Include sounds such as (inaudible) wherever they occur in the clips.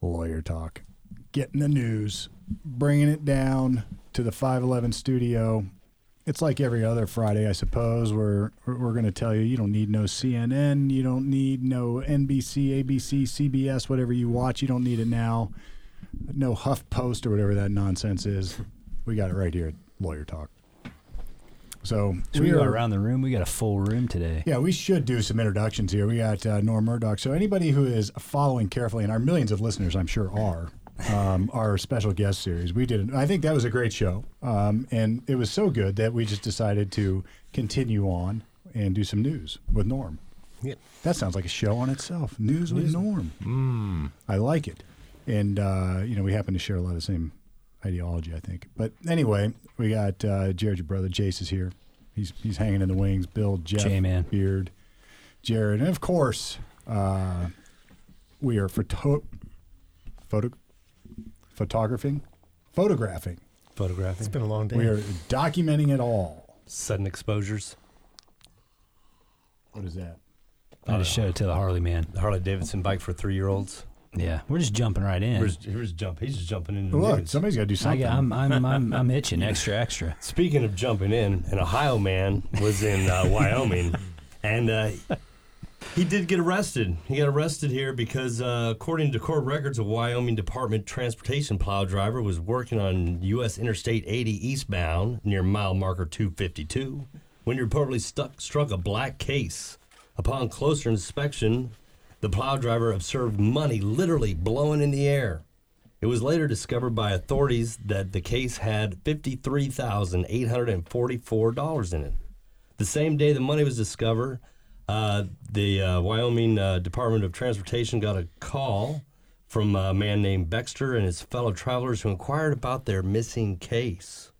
lawyer talk. Getting the news, bringing it down to the 511 studio. It's like every other Friday, I suppose, where we're going to tell you you don't need no CNN, you don't need no NBC, ABC, CBS, whatever you watch, you don't need it now. No Huff Post or whatever that nonsense is. We got it right here at Lawyer Talk. So, So we go around the room. We got a full room today. yeah, we should do some introductions here. We got uh, Norm Murdoch. So anybody who is following carefully, and our millions of listeners, I'm sure, are um, (laughs) our special guest series. We did. I think that was a great show, um, and it was so good that we just decided to continue on and do some news with Norm. Yeah. That sounds like a show on itself. News with Norm. Mm. I like it. And, uh, you know, we happen to share a lot of the same ideology, I think. But anyway, we got uh, Jared, your brother. Jace is here. He's, he's hanging in the wings. Bill, Jeff, J-Man. Beard, Jared. And, of course, uh, we are photo- photo- photographing, photographing. Photographing. It's been a long day. We are documenting it all. sudden exposures. What is that? I just showed it to the Harley man. The Harley Davidson bike for three year olds. Yeah, we're just jumping right in. Where's, where's jump? He's just jumping into the Look, news. somebody's got to do I something. got, I'm, I'm, I'm, I'm itching. Extra, extra. Speaking of jumping in, an Ohio man was in uh, Wyoming, and uh, he did get arrested. He got arrested here because, uh, according to court records, a Wyoming Department Transportation plow driver was working on U.S. Interstate 80 eastbound near mile marker 252 when he reportedly stuck, struck a black case. Upon closer inspection, the plow driver observed money literally blowing in the air. It was later discovered by authorities that the case had $53,844 in it. The same day the money was discovered, uh, the uh, Wyoming uh, Department of Transportation got a call from a man named Baxter and his fellow travelers who inquired about their missing case.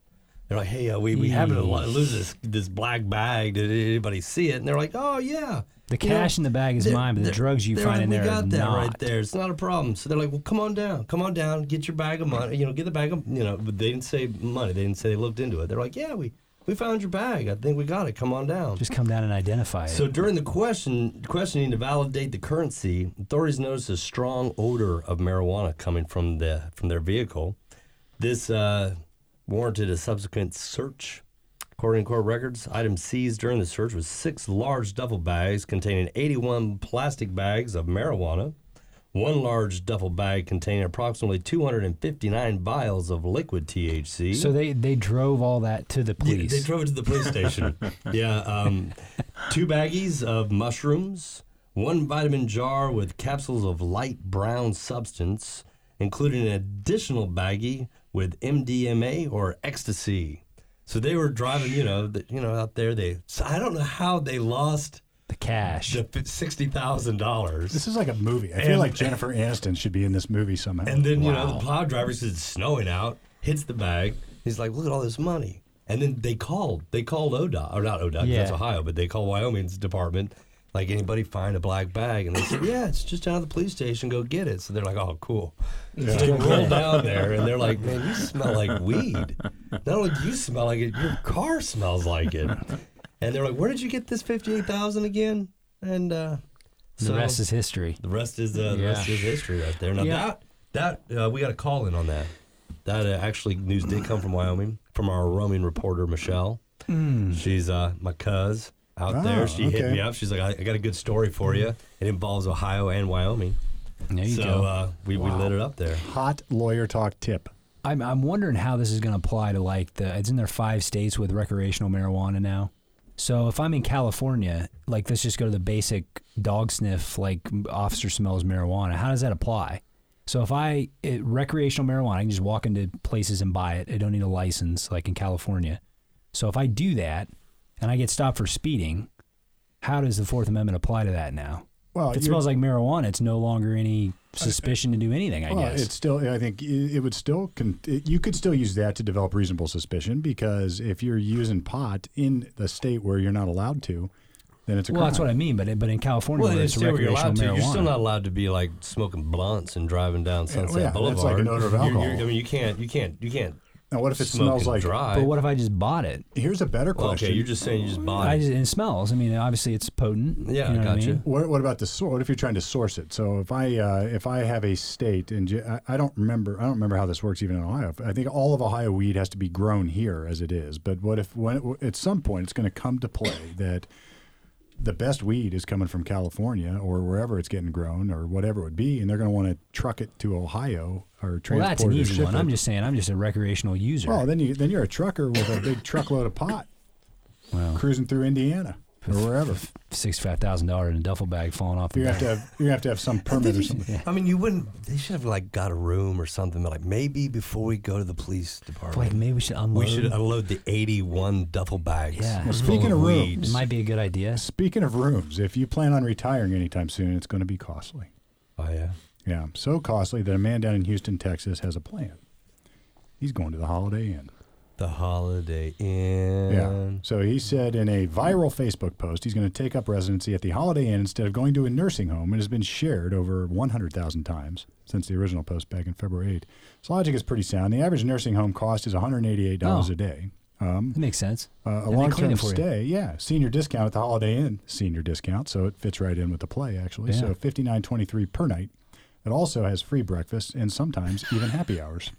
They're like, "Hey, uh, we we happened to lo- lose this this black bag. Did anybody see it?" And they're like, "Oh yeah, The You know, cash in the bag is they're- mine, but the they're- drugs you they're find like, in there we got are that not. right there. It's not a problem." So they're like, "Well, come on down, come on down, get your bag of money. You know, get the bag of you know." But they didn't say money. They didn't say they looked into it. They're like, "Yeah, we we found your bag. I think we got it. Come on down." Just come down and identify it. So during the question questioning to validate the currency, authorities noticed a strong odor of marijuana coming from the from their vehicle. This uh, warranted a subsequent search. According to court records, items seized during the search was six large duffel bags containing 81 plastic bags of marijuana, one large duffel bag containing approximately 259 vials of liquid THC. So they, they drove all that to the Yeah, police. They drove it to the police station. yeah, um, two baggies of mushrooms, one vitamin jar with capsules of light brown substance, including an additional baggie with MDMA or ecstasy. So they were driving, you know, the, you know, out there. They, so I don't know how they lost the cash. the fi- sixty thousand dollars. This is like a movie. I feel And- like Jennifer Aniston should be in this movie somehow. And then, you know, the plow driver says it's snowing out, hits the bag. He's like, look at all this money. And then they called. They called ODOT, or not ODOT, 'cause that's Yeah. Ohio, but they called Wyoming's department. Like, anybody find a black bag? And they said, yeah, it's just down at the police station. Go get it. So they're like, oh, cool. So (laughs) they roll down there, and they're like, man, you smell like weed. Not only do you smell like it, your car smells like it. And they're like, where did you get this 58000 again? And uh, the so- rest is history. the rest is uh, the rest Yeah. is history right there. Now Yeah. that that uh, we got a call in on that. That uh, actually news did come from Wyoming from our roaming reporter Michelle. She's uh, my cuz out Oh, there. She hit Hmm. okay. me up. She's like, I, I got a good story for you. It involves Ohio and Wyoming. There you so go. Uh, we we lit it up there. hot lawyer talk tip. I'm, I'm wondering how this is going to apply to like the it's in their five states with recreational marijuana now. So if I'm in California, like let's just go to the basic dog sniff, like m- officer smells marijuana. How does that apply? So if I it, recreational marijuana, I can just walk into places and buy it. I don't need a license, like in California. So if I do that and I get stopped for speeding, how does the Fourth Amendment apply to that now? Well, If it Uh, you're- smells like marijuana, it's no longer any suspicion to do anything. I well, guess. it's still. I think i- it would still. Con- it- you could still use that to develop reasonable suspicion because if you're using pot in the state where you're not allowed to, then it's a Well, crime. that's what I mean, but it- but in California, Well, where it's it's still where you're recreational allowed to. marijuana. You're still not allowed to be like smoking blunts and driving down Sunset yeah, that's like Boulevard. an odor of You're- you're- alcohol. I mean, you can't. You can't. You can't. Now, what if it Smoke smells and like? dry. But what if I just bought it? Here's a better Well, question. okay, you're just saying you just bought I it. just, and it smells. I mean, obviously it's potent. Yeah, you know what I gotcha. mean? What, what about the source? What if you're trying to source it? So if I uh, if I have a state and ju- I, I don't remember I don't remember how this works even in Ohio. I think all of Ohio weed has to be grown here as it is. But what if when at some point it's going to come to play (coughs) that the best weed is coming from California or wherever it's getting grown or whatever it would be, and they're going to want to truck it to Ohio or transport Well, that's an it or easy ship one. it. I'm just saying, I'm just a recreational user. well then you then you're a trucker with a big truckload of pot Well, cruising through Indiana or (laughs) wherever. six five thousand dollars in a duffel bag falling off. the You're gonna have back. to have you're gonna have to have some permit or something. I mean, you wouldn't. They should have like got a room or something. but, Like maybe before we go to the police like department, maybe we should unload. we should unload the eighty-one duffel bags. Yeah. Well, full speaking of of room, weeds. It might be a good idea. Speaking of rooms, if you plan on retiring anytime soon, it's going to be costly. oh yeah. Yeah, so costly that a man down in Houston, Texas has a plan. He's going to the Holiday Inn. The Holiday Inn. Yeah. So he said in a viral Facebook post, he's going to take up residency at the Holiday Inn instead of going to a nursing home and has been shared over 100,000 times since the original post back in February 8. His logic is pretty sound. The average nursing home cost is $188 a Oh. day. Um, That makes sense. Uh, a And they long clean term it for you. stay, yeah. Senior discount at the Holiday Inn, senior discount, so it fits right in with the play actually. Yeah. So fifty nine twenty three per night. It also has free breakfast and sometimes even happy (laughs) hours.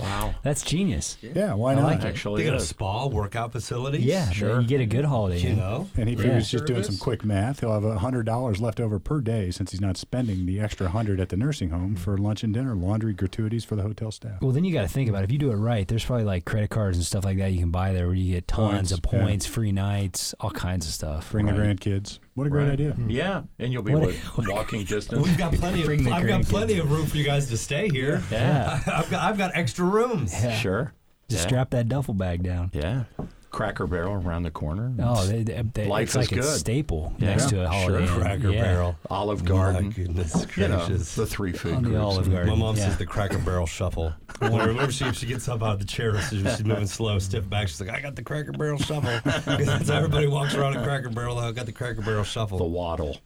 Wow. That's genius. Yeah, why I not? like it. Actually, They got a is. spa, workout facilities. Yeah, Sure. You get a good holiday. You Inn. know. And he figures just doing some Service. quick math, he'll have hundred dollars left over per day since he's not spending the extra hundred at the nursing home for lunch and dinner, laundry, gratuities for the hotel staff. Well, then you got to think about it. if you do it right. There's probably like credit cards and stuff like that you can buy there where you get tons Points, of yeah. points, free nights, all kinds of stuff. Bring right? Mm-hmm. the grandkids. What a great Right. Mm-hmm. idea! Yeah, and you'll be What- what, walking distance. We've got plenty of. Bring the I've got grandkids. plenty of room for you guys to stay here. Yeah. (laughs) I've got. I've got extra rooms. Sure. Just Yeah. strap that duffel bag down. Yeah. Cracker Barrel around the corner. Oh, they, they, they, Life it's like is a good. staple Yeah. next to a holiday. Inn. Cracker Yeah. Barrel. Olive Garden. My goodness You know, gracious. the three food On the groups. Olive Garden. My mom yeah. says the Cracker (laughs) Barrel shuffle. When I remember she, she gets up out of the chair, so she's moving slow, step back. She's like, "I got the Cracker (laughs) Barrel shuffle." 'Cause that's how everybody walks around a Cracker Barrel. I got the Cracker Barrel shuffle. The waddle.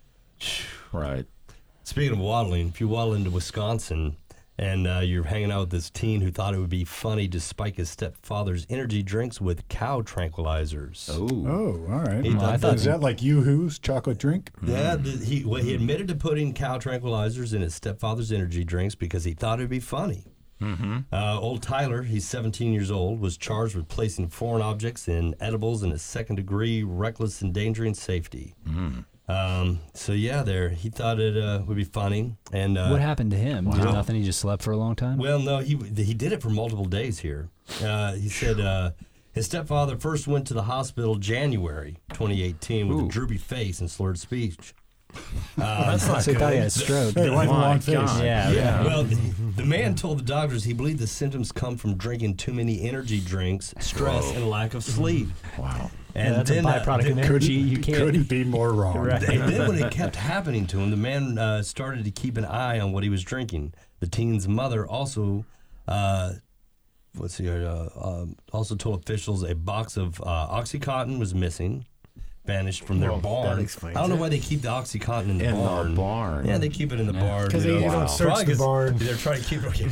Right. Speaking of waddling, if you waddle into Wisconsin and uh, you're hanging out with this teen who thought it would be funny to spike his stepfather's energy drinks with cow tranquilizers. Oh. Oh, all right. He thought is that like Yoo-Hoo's chocolate (laughs) drink? Yeah, th- he, well, he admitted to putting cow tranquilizers in his stepfather's energy drinks because he thought it'd be funny. Uh, old Tyler, he's 17 years old, was charged with placing foreign objects in edibles in a second degree reckless endangering safety. Um, so yeah, there he thought it uh, would be funny, and uh, What happened to him? There's nothing. He just slept for a long time. well, no, he he did it for multiple days here. Uh, he said uh, his stepfather first went to the hospital January 2018 with a Ooh. droopy face and slurred speech. That's not Oh, so he thought he had a stroke. Hey, why the My long face? God. Yeah. Oh, Yeah. Well, th- the man told the doctors he believed the symptoms come from drinking too many energy drinks, stress, and lack of sleep. Wow. And Mm-hmm. that's a uh, byproduct th- of Couldn't, energy. You can't. couldn't be more wrong. (laughs) Right. and then when it kept happening to him, the man uh, started to keep an eye on what he was drinking. The teen's mother also, uh, let's see, here, uh, um also told officials a box of uh, OxyContin was missing, banished from their barn. explains I don't know it. why they keep the OxyContin in the In the barn. barn. Yeah, they keep it in the barn. Because you they know. don't search Probably the 'cause barn. They're trying to keep it,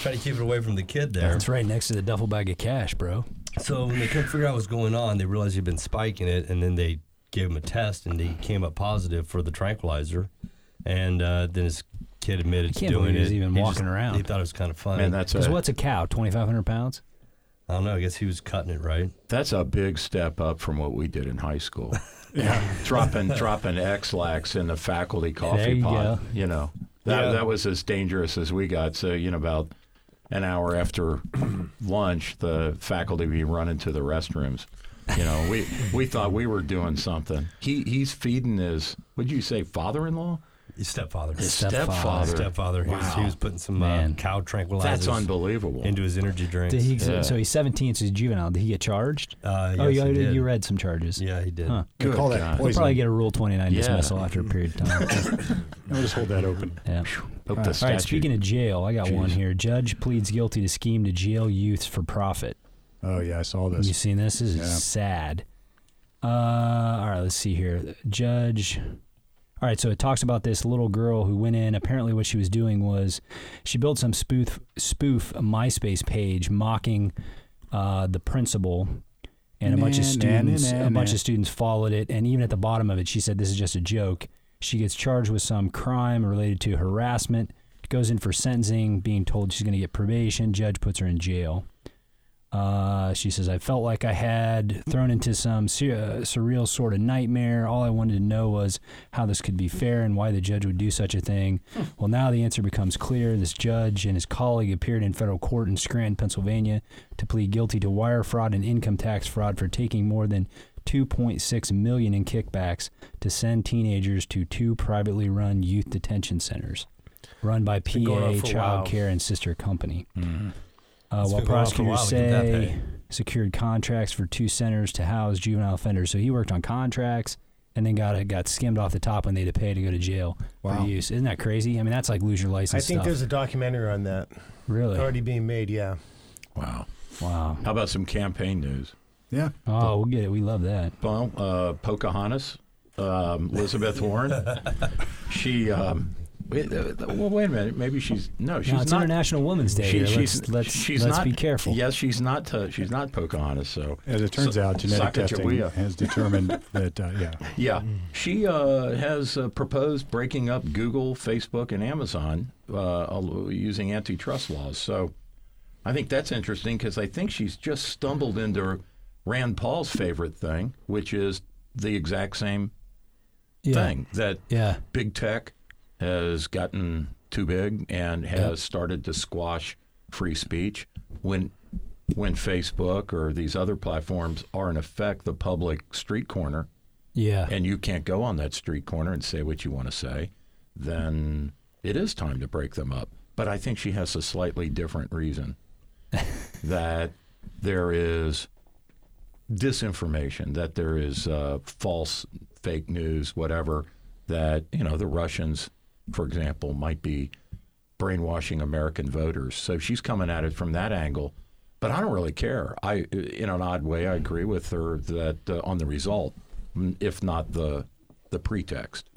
trying to keep it away from the kid there. It's right next to the duffel bag of cash, bro. So when they couldn't figure out what was going on, they realized he'd been spiking it, and then they gave him a test, and he came up positive for the tranquilizer. And uh, then his kid admitted I can't to doing believe he's it. even He walking around. He thought it was kind of funny. Man, that's Because a what's a cow? Twenty five hundred pounds. I don't know. I guess he was cutting it right. that's a big step up from what we did in high (laughs) school. Yeah. dropping dropping X lax in the faculty coffee you pot. go. You know that Yeah. that was as dangerous as we got. So you know about an hour after (clears throat) lunch, the faculty would be running to the restrooms. You know, we we thought we were doing something. He he's feeding his. Would you say father-in-law? His stepfather. His Stepfather. stepfather. stepfather. He, was, he was putting some uh, Man. cow tranquilizers That's unbelievable. into his energy drinks. Did he? Yeah. So he's seventeen. So he's juvenile. Did he get charged? Uh, oh, yes, you, he did. you read some charges. Yeah, he did. Huh. They Good call that God. poison. Probably get a Rule Twenty Nine Yeah. dismissal after a period of (laughs) time. I'll just hold that open. yeah. Hope the All statute. right. Speaking of jail, I got one Jeez. here. Judge pleads guilty to scheme to jail youth for profit. Oh yeah, I saw Have you this. seen this? This is Yeah. sad. Uh, all right, let's see here. Judge. All right, so it talks about this little girl who went in. Apparently, what she was doing was she built some spoof spoof MySpace page mocking uh, the principal, and a bunch of Nah, nah, students nah, nah, a bunch nah. of students followed it. And even at the bottom of it, she said this is just a joke. She gets charged with some crime related to harassment, goes in for sentencing, being told she's going to get probation. Judge puts her in jail. Uh, she says, I felt like I had thrown into some ser- uh, surreal sort of nightmare. All I wanted to know was how this could be fair and why the judge would do such a thing. Hmm. Well, now the answer becomes clear. This judge and his colleague appeared in federal court in Scranton, Pennsylvania, to plead guilty to wire fraud and income tax fraud for taking more than 2.6 million in kickbacks to send teenagers to two privately run youth detention centers run by PA been going on for a Child while. Care and Sister Company. Mm-hmm. Uh, It's while been going on for a prosecutors while to get that say pay. secured contracts for two centers to house juvenile offenders, so he worked on contracts and then got got skimmed off the top when they had to pay to go to jail Wow. for use. Isn't that crazy? I mean, that's like lose your license. I think stuff. there's a documentary on that really already being made. Yeah. Wow. wow. How about some campaign news? Yeah. Oh, we'll get it. We love that. Well, uh, Pocahontas, um, Elizabeth (laughs) Warren. she. Um, wait, uh, well, wait a minute. Maybe she's no. She's Now, it's not. International Women's Day. she- here. she's let's let's, she's let's not, be careful. Yes, she's not. Uh, she's not Pocahontas. So As it turns So- out, genetic testing Sacagawea. has determined that, uh, yeah. Yeah, she uh, has uh, proposed breaking up Google, Facebook, and Amazon uh, al- using antitrust laws. So I think that's interesting because I think she's just stumbled into Rand Paul's favorite thing, which is the exact same yeah. thing that Yeah. big tech has gotten too big and has Yep. started to squash free speech when when Facebook or these other platforms are in effect the public street corner Yeah. and you can't go on that street corner and say what you want to say, then it is time to break them up. But I think she has a slightly (laughs) different reason that there is disinformation, that there is uh, false, fake news, whatever, that, you know, the Russians, for example, might be brainwashing American voters. So she's coming at it from that angle. But I don't really care. I, in an odd way, I agree with her that uh, on the result, m- if not the the pretext.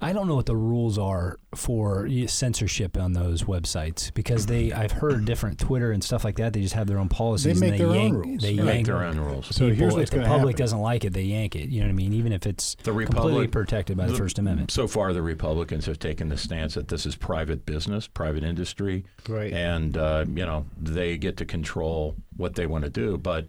I don't know what the rules are for censorship on those websites because they I've heard different Twitter and stuff like that. They just have their own policies. make and their own yank, rules. They They Make yank their own rules. So here's people. what's if the going to public happen. doesn't like it, they yank it. You know what I mean? Even if it's The completely Republic- protected by the, the- First Amendment. So far, the Republicans have taken the stance that this is private business, private industry, Right. and uh, you know they get to control what they want to do. But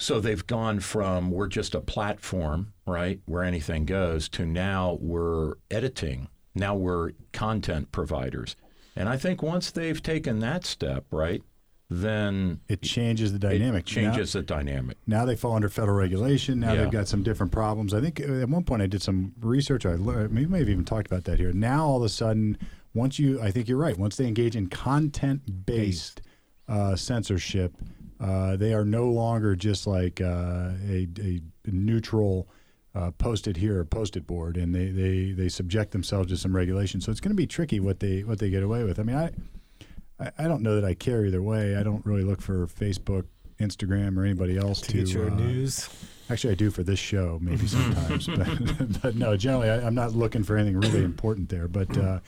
so they've gone from we're just a platform, right, where anything goes, to now we're editing. Now we're content providers, and I think once they've taken that step, right, then It changes the it dynamic. Now- changes the dynamic. Now they fall under federal regulation. Now Yeah. they've got some different problems. I think uh, at one point I did some research. I learned, we may have even talked about that here. Now all of a sudden, once you, I think you're right. Once they engage in content-based uh, censorship, uh, they are no longer just like uh, a, a neutral uh, posted here or posted board, and they, they they subject themselves to some regulation. So it's going to be tricky what they what they get away with. I mean, I. I, I don't know that I care either way. I don't really look for Facebook, Instagram, or anybody else to, To get your uh, news. Mm-hmm. Actually, I do for this show maybe sometimes, (laughs) but, but no. Generally, I, I'm not looking for anything really important there. But uh,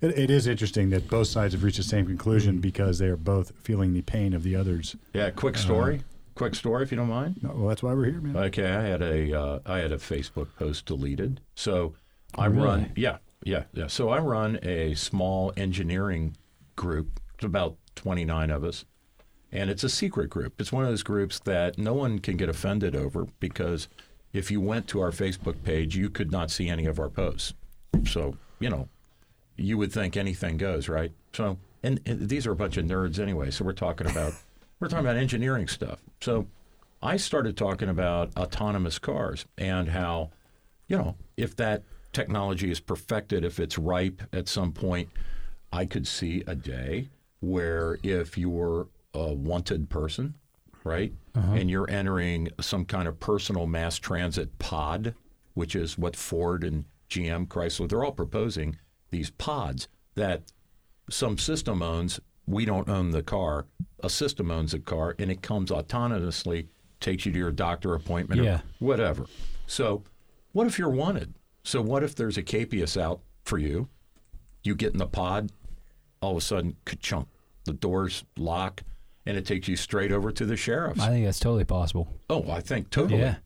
it, it is interesting that both sides have reached the same conclusion Mm-hmm. because they are both feeling the pain of the others. Yeah, quick story. quick story, if you don't mind. No, well, that's why we're here, man. Okay, I had a uh, I had a Facebook post deleted. So I Really? run yeah yeah yeah. So I run a small engineering group. It's about twenty nine of us, and it's a secret group. It's one of those groups that no one can get offended over because if you went to our Facebook page, you could not see any of our posts. So you know, you would think anything goes, right? So, and, and these are a bunch of nerds anyway. So we're talking about we're talking about engineering stuff. So, I started talking about autonomous cars and how, you know, if that technology is perfected, if it's ripe at some point, I could see a day where if you were a wanted person, right, and you're entering some kind of personal mass transit pod, which is what Ford and GM, Chrysler, they're all proposing these pods that some system owns. We don't own the car. A system owns the car, and it comes autonomously, takes you to your doctor appointment Yeah. or whatever. So, what if you're wanted? So what if there's a capias out for you? You get in the pod, all of a sudden, ka-chunk, the doors lock, and it takes you straight over to the sheriff's. I think that's totally possible. Mm-hmm. oh, I think totally. Yeah.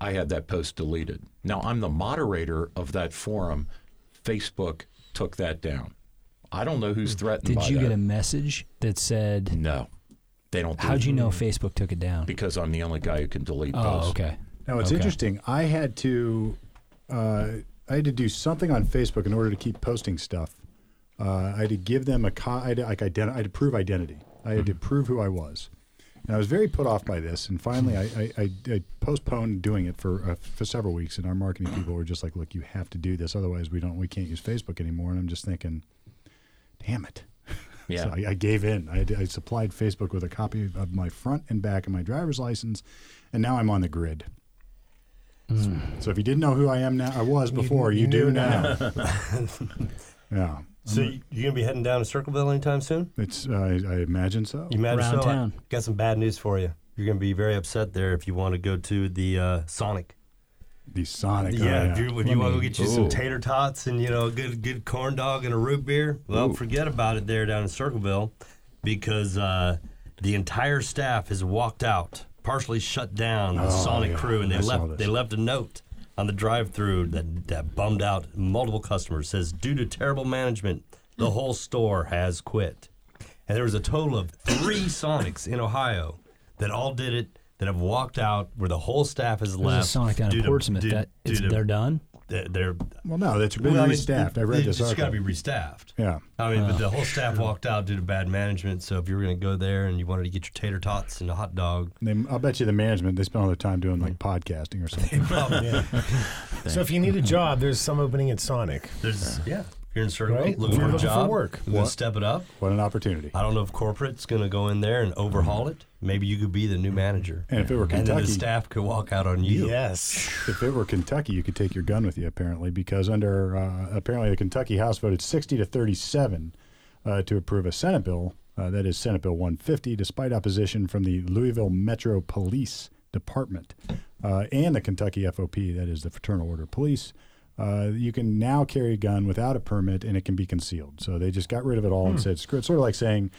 I had that post deleted. Now I'm the moderator of that forum. Facebook took that down. I don't know who's threatened Hmm. Did by you that. get a message that said, no, they don't. Do "How'd that. you know Mm-hmm. Facebook took it down?" Because I'm the only guy who can delete Oh, posts. okay. Now it's Okay. interesting. I had to, uh, I had to do something on Facebook in order to keep posting stuff. Uh, I had to give them a, co- I had to, like identi- I had to prove identity. I had to prove who I was, and I was very put off by this. And finally, I, I, I, I postponed doing it for uh, for several weeks. And our marketing people were just like, "Look, you have to do this, otherwise we don't, we can't use Facebook anymore." And I'm just thinking, "Damn it." Yeah. So I, I gave in. I, I supplied Facebook with a copy of my front and back of my driver's license, and now I'm on the grid. So if you didn't know who I am now, I was before. You, you do knew now. (laughs) yeah, So you, you gonna be heading down to Circleville anytime soon? it's. Uh, I, I imagine so. You mad Around so? I- town. got some bad news for you. You're gonna be very upset there if you want to go to the uh, Sonic. The Sonic. oh, Yeah, if you, if Let you want to me- get you some Ooh. tater tots and you know a good good corn dog and a root beer, well, forget about it there down in Circleville, because uh, the entire staff has walked out, partially shut down the Sonic yeah, crew, and they I saw left. this. They left a note on the drive-through that that bummed out multiple customers. Says due to terrible management, the whole store has quit, and there was a total of three Sonics in Ohio that all did it. That have walked out, where the whole staff has There's left. a Sonic down in due to- Portsmouth. due- that due it's, to- they're done. they're, they're Well, no, that's been well, I mean, restaffed. I, it- read it- this It's got to article. be restaffed. yeah. I mean, but the whole staff walked out due to bad management. So if you were going to go there and you wanted to get your tater tots and a (laughs) hot dog, They, I'll bet you the management they spend all their time doing Mm. like (laughs) podcasting or something. So if you need a job, there's some opening at Sonic. there's yeah, you're in circle Right. looking We're for a looking for job, work. Looking to What? step it up. what an opportunity! I don't know if corporate's going to go in there and overhaul it. Maybe you could be the new manager, And if it were and then the Kentucky, staff could walk out on you. Yes. If it were Kentucky, you could take your gun with you, apparently, because under uh, apparently the Kentucky House voted 60 to 37 uh, to approve a Senate bill, uh, that is Senate Bill 150, despite opposition from the Louisville Metro Police Department uh, and the Kentucky FOP, that is the Fraternal Order of Police. Uh, you can now carry a gun without a permit and it can be concealed. So they just got rid of it all Hmm. and said, screw it. Sort of like saying,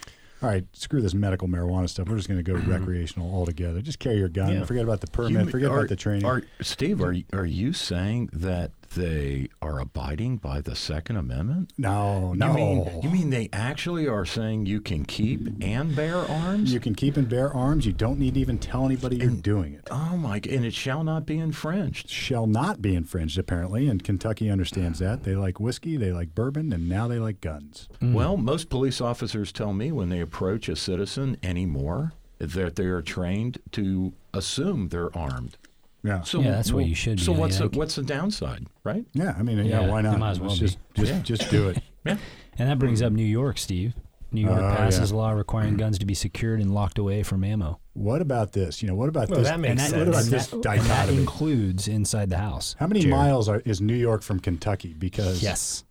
all right, screw this medical marijuana stuff. We're just going to go recreational altogether. Just carry your gun. Yeah. Forget about the Mm-hmm. You permit. m- forget are- about the training. Are, Steve, are, y- are you saying that they are abiding by the Second Amendment? No, no. You mean, you mean they actually are saying you can keep and bear arms? you can keep and bear arms. You don't need to even tell anybody you're doing it. oh my! g- And it shall not be infringed. Shall not be infringed, apparently, and Kentucky understands that. They like whiskey, they like bourbon, and now they like guns. Mm. Well, most police officers tell me when they approach a citizen anymore that they are trained to assume they're armed. Yeah. So Yeah, that's what well, you should be, So I what's the, think. what's the downside, right? yeah, I mean, yeah, Yeah, why not? it might as well Let's be. just, just, Yeah. just do it. Yeah. And that Mm-hmm. brings up New York, Steve. New York Oh, passes yeah. a law requiring guns to be secured and locked away from ammo. What about this? You know, what about Well, this? that makes What about sense. this and that dichotomy? includes inside the house. How many Jared. miles are, is New York from Kentucky? Because Yes,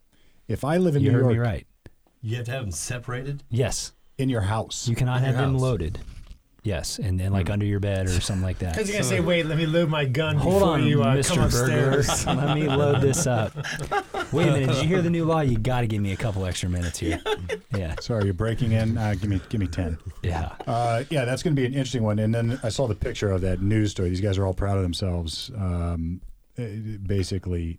if I live in you New heard York me right. You have to have them separated. Yes, in your house, you cannot In your have them house. Mm. loaded. Yes, and then like under your bed or something (laughs) like that. Because you're going to say, wait, let me load my gun Hold before on, you uh, come Mr. Burger. upstairs. (laughs) Let me load this up. Wait a minute. Did you hear the new law? You got to give me a couple extra minutes here. Yeah. sorry, you're breaking in. Uh, give me, give me ten. Yeah. Uh, yeah, that's going to be an interesting one. And then I saw the picture of that news story. These guys are all proud of themselves, um, eh, basically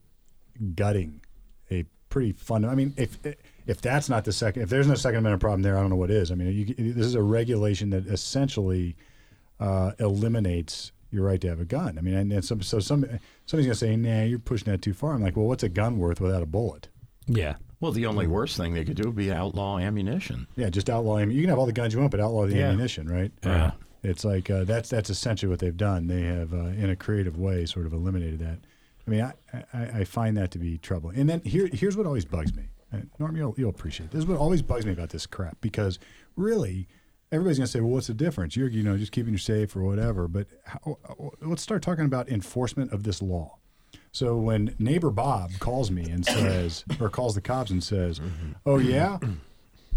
gutting a pretty fun. I mean, if if that's not the second, if there's no Second Amendment problem there, I don't know what is. I mean, you, this is a regulation that essentially uh, eliminates your right to have a gun. I mean, and, and some, so some somebody's going to say, "Nah, you're pushing that too far." I'm like, "Well, what's a gun worth without a bullet?" Yeah. Well, the only worst thing they could do would be outlaw ammunition. Yeah, just outlaw. am- You can have all the guns you want, but outlaw the Yeah. ammunition, right? Yeah. It's like uh, that's that's essentially what they've done. They have, uh, in a creative way, sort of eliminated that. I mean, I, I, I find that to be troubling. And then here here's what always bugs me. Uh, Norm, you'll, you'll appreciate this. is what always bugs me about this crap because really, everybody's gonna say, "Well, what's the difference? You're you know just keeping you safe or whatever." But how, let's start talking about enforcement of this law. So when neighbor Bob calls me and says, or calls the cops and says, "Oh yeah."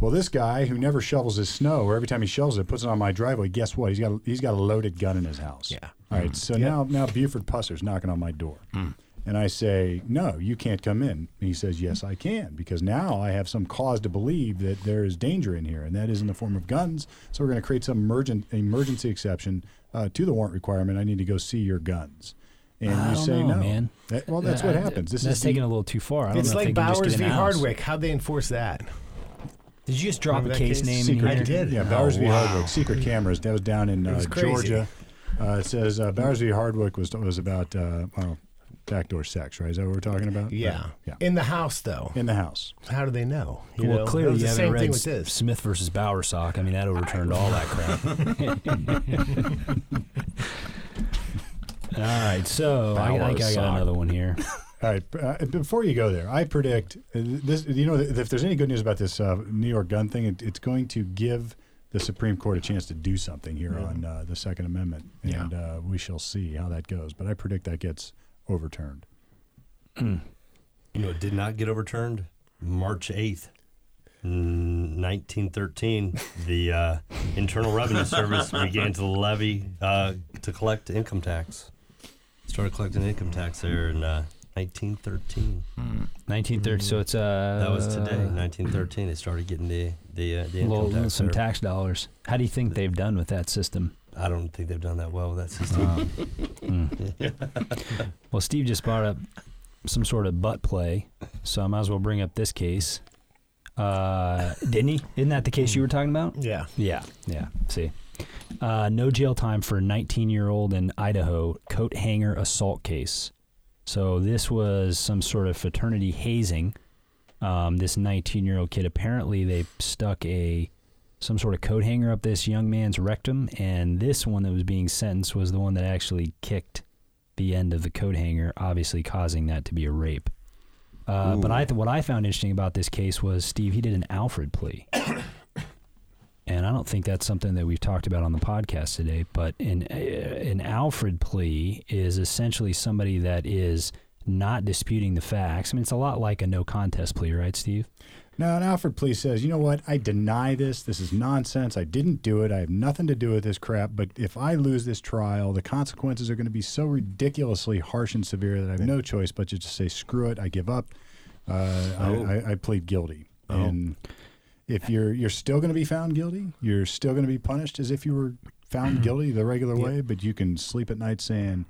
Well, this guy who never shovels his snow, or every time he shovels it, puts it on my driveway. Guess what? He's Mm. got a, he's got a loaded gun in his house. Yeah. All right. So now now Buford Pusser's knocking on my door, And I say, no, you can't come in. And he says, yes, I can, because now I have some cause to believe that there is danger in here, and that is in the form of guns. So we're going to create some emergent, emergency exception uh, to the warrant requirement. I need to go see your guns. And I you don't say know, no. man. That- well, that's Uh, what I- happens. This that's is the- taken a little too far. I don't It's know if they like can just Bowers get v. announced. Hardwick. How'd they enforce that? Did you just drop a Remember that case case? name in Secret, here? I did. Yeah, Oh, Bowers v. wow. Hardwick, secret cameras. That was down in uh, was crazy. Georgia. Uh, it says uh, Bowers v. Hardwick was was about uh, well, backdoor sex, right? Is that what we're talking about? Yeah. yeah. In the house, though. In the house. How do they know? You well, know? That clearly was you the haven't same read thing with S- this. Smith versus Bowersock. I mean, that overturned all that (laughs) crap. all right, so I, I think I got Bowersock. another one here. All right. Uh, before you go there, I predict uh, this. You know, if there's any good news about this uh, New York gun thing, it, it's going to give the Supreme Court a chance to do something here on Mm-hmm. uh, the Second Amendment, and uh, we shall see how that goes. But I predict that gets overturned. You know, it did not get overturned. March 8th, mm, 1913, the uh, Internal Revenue (laughs) Service began to levy, uh, to collect income tax. Started collecting income tax there in uh, 1913. hmm, 1930. So it's uh, That was today, 1913. They started getting the, the, uh, the income Little, tax. some there. tax dollars. How do you think they've done with that (laughs) system? Hmm. I don't think they've done that well with that system. (laughs) Well, Steve just brought up some sort of butt play, so I might as well bring up this case. Uh, didn't he? Isn't that the case you Hmm. were talking about? Yeah. Yeah, yeah. See, uh, no jail time for a 19-year-old in Idaho coat hanger assault case. So this was some sort of fraternity hazing. Um, this 19-year-old kid apparently they stuck a some sort of coat hanger up this young man's rectum, and this one that was being sentenced was the one that actually kicked the end of the coat hanger, obviously causing that to be a rape. Uh, but I th- what I found interesting about this case was Steve he did an Alfred plea. And I don't think that's something that we've talked about on the podcast today. But an uh, an Alfred plea is essentially somebody that is not disputing the facts. I mean, it's a lot like a no contest plea, right, Steve? Now, and Alfred Police says, you know what? I deny this. This is nonsense. I didn't do it. I have nothing to do with this crap. But if I lose this trial, the consequences are going to be so ridiculously harsh and severe that I have no choice but to just say, screw it. I give up. Uh, Oh. I, I, I plead guilty. Oh. And if you're you're still going to be found guilty, you're still going to be punished as if you were Mm-hmm. found guilty the regular way. But you can sleep at night saying,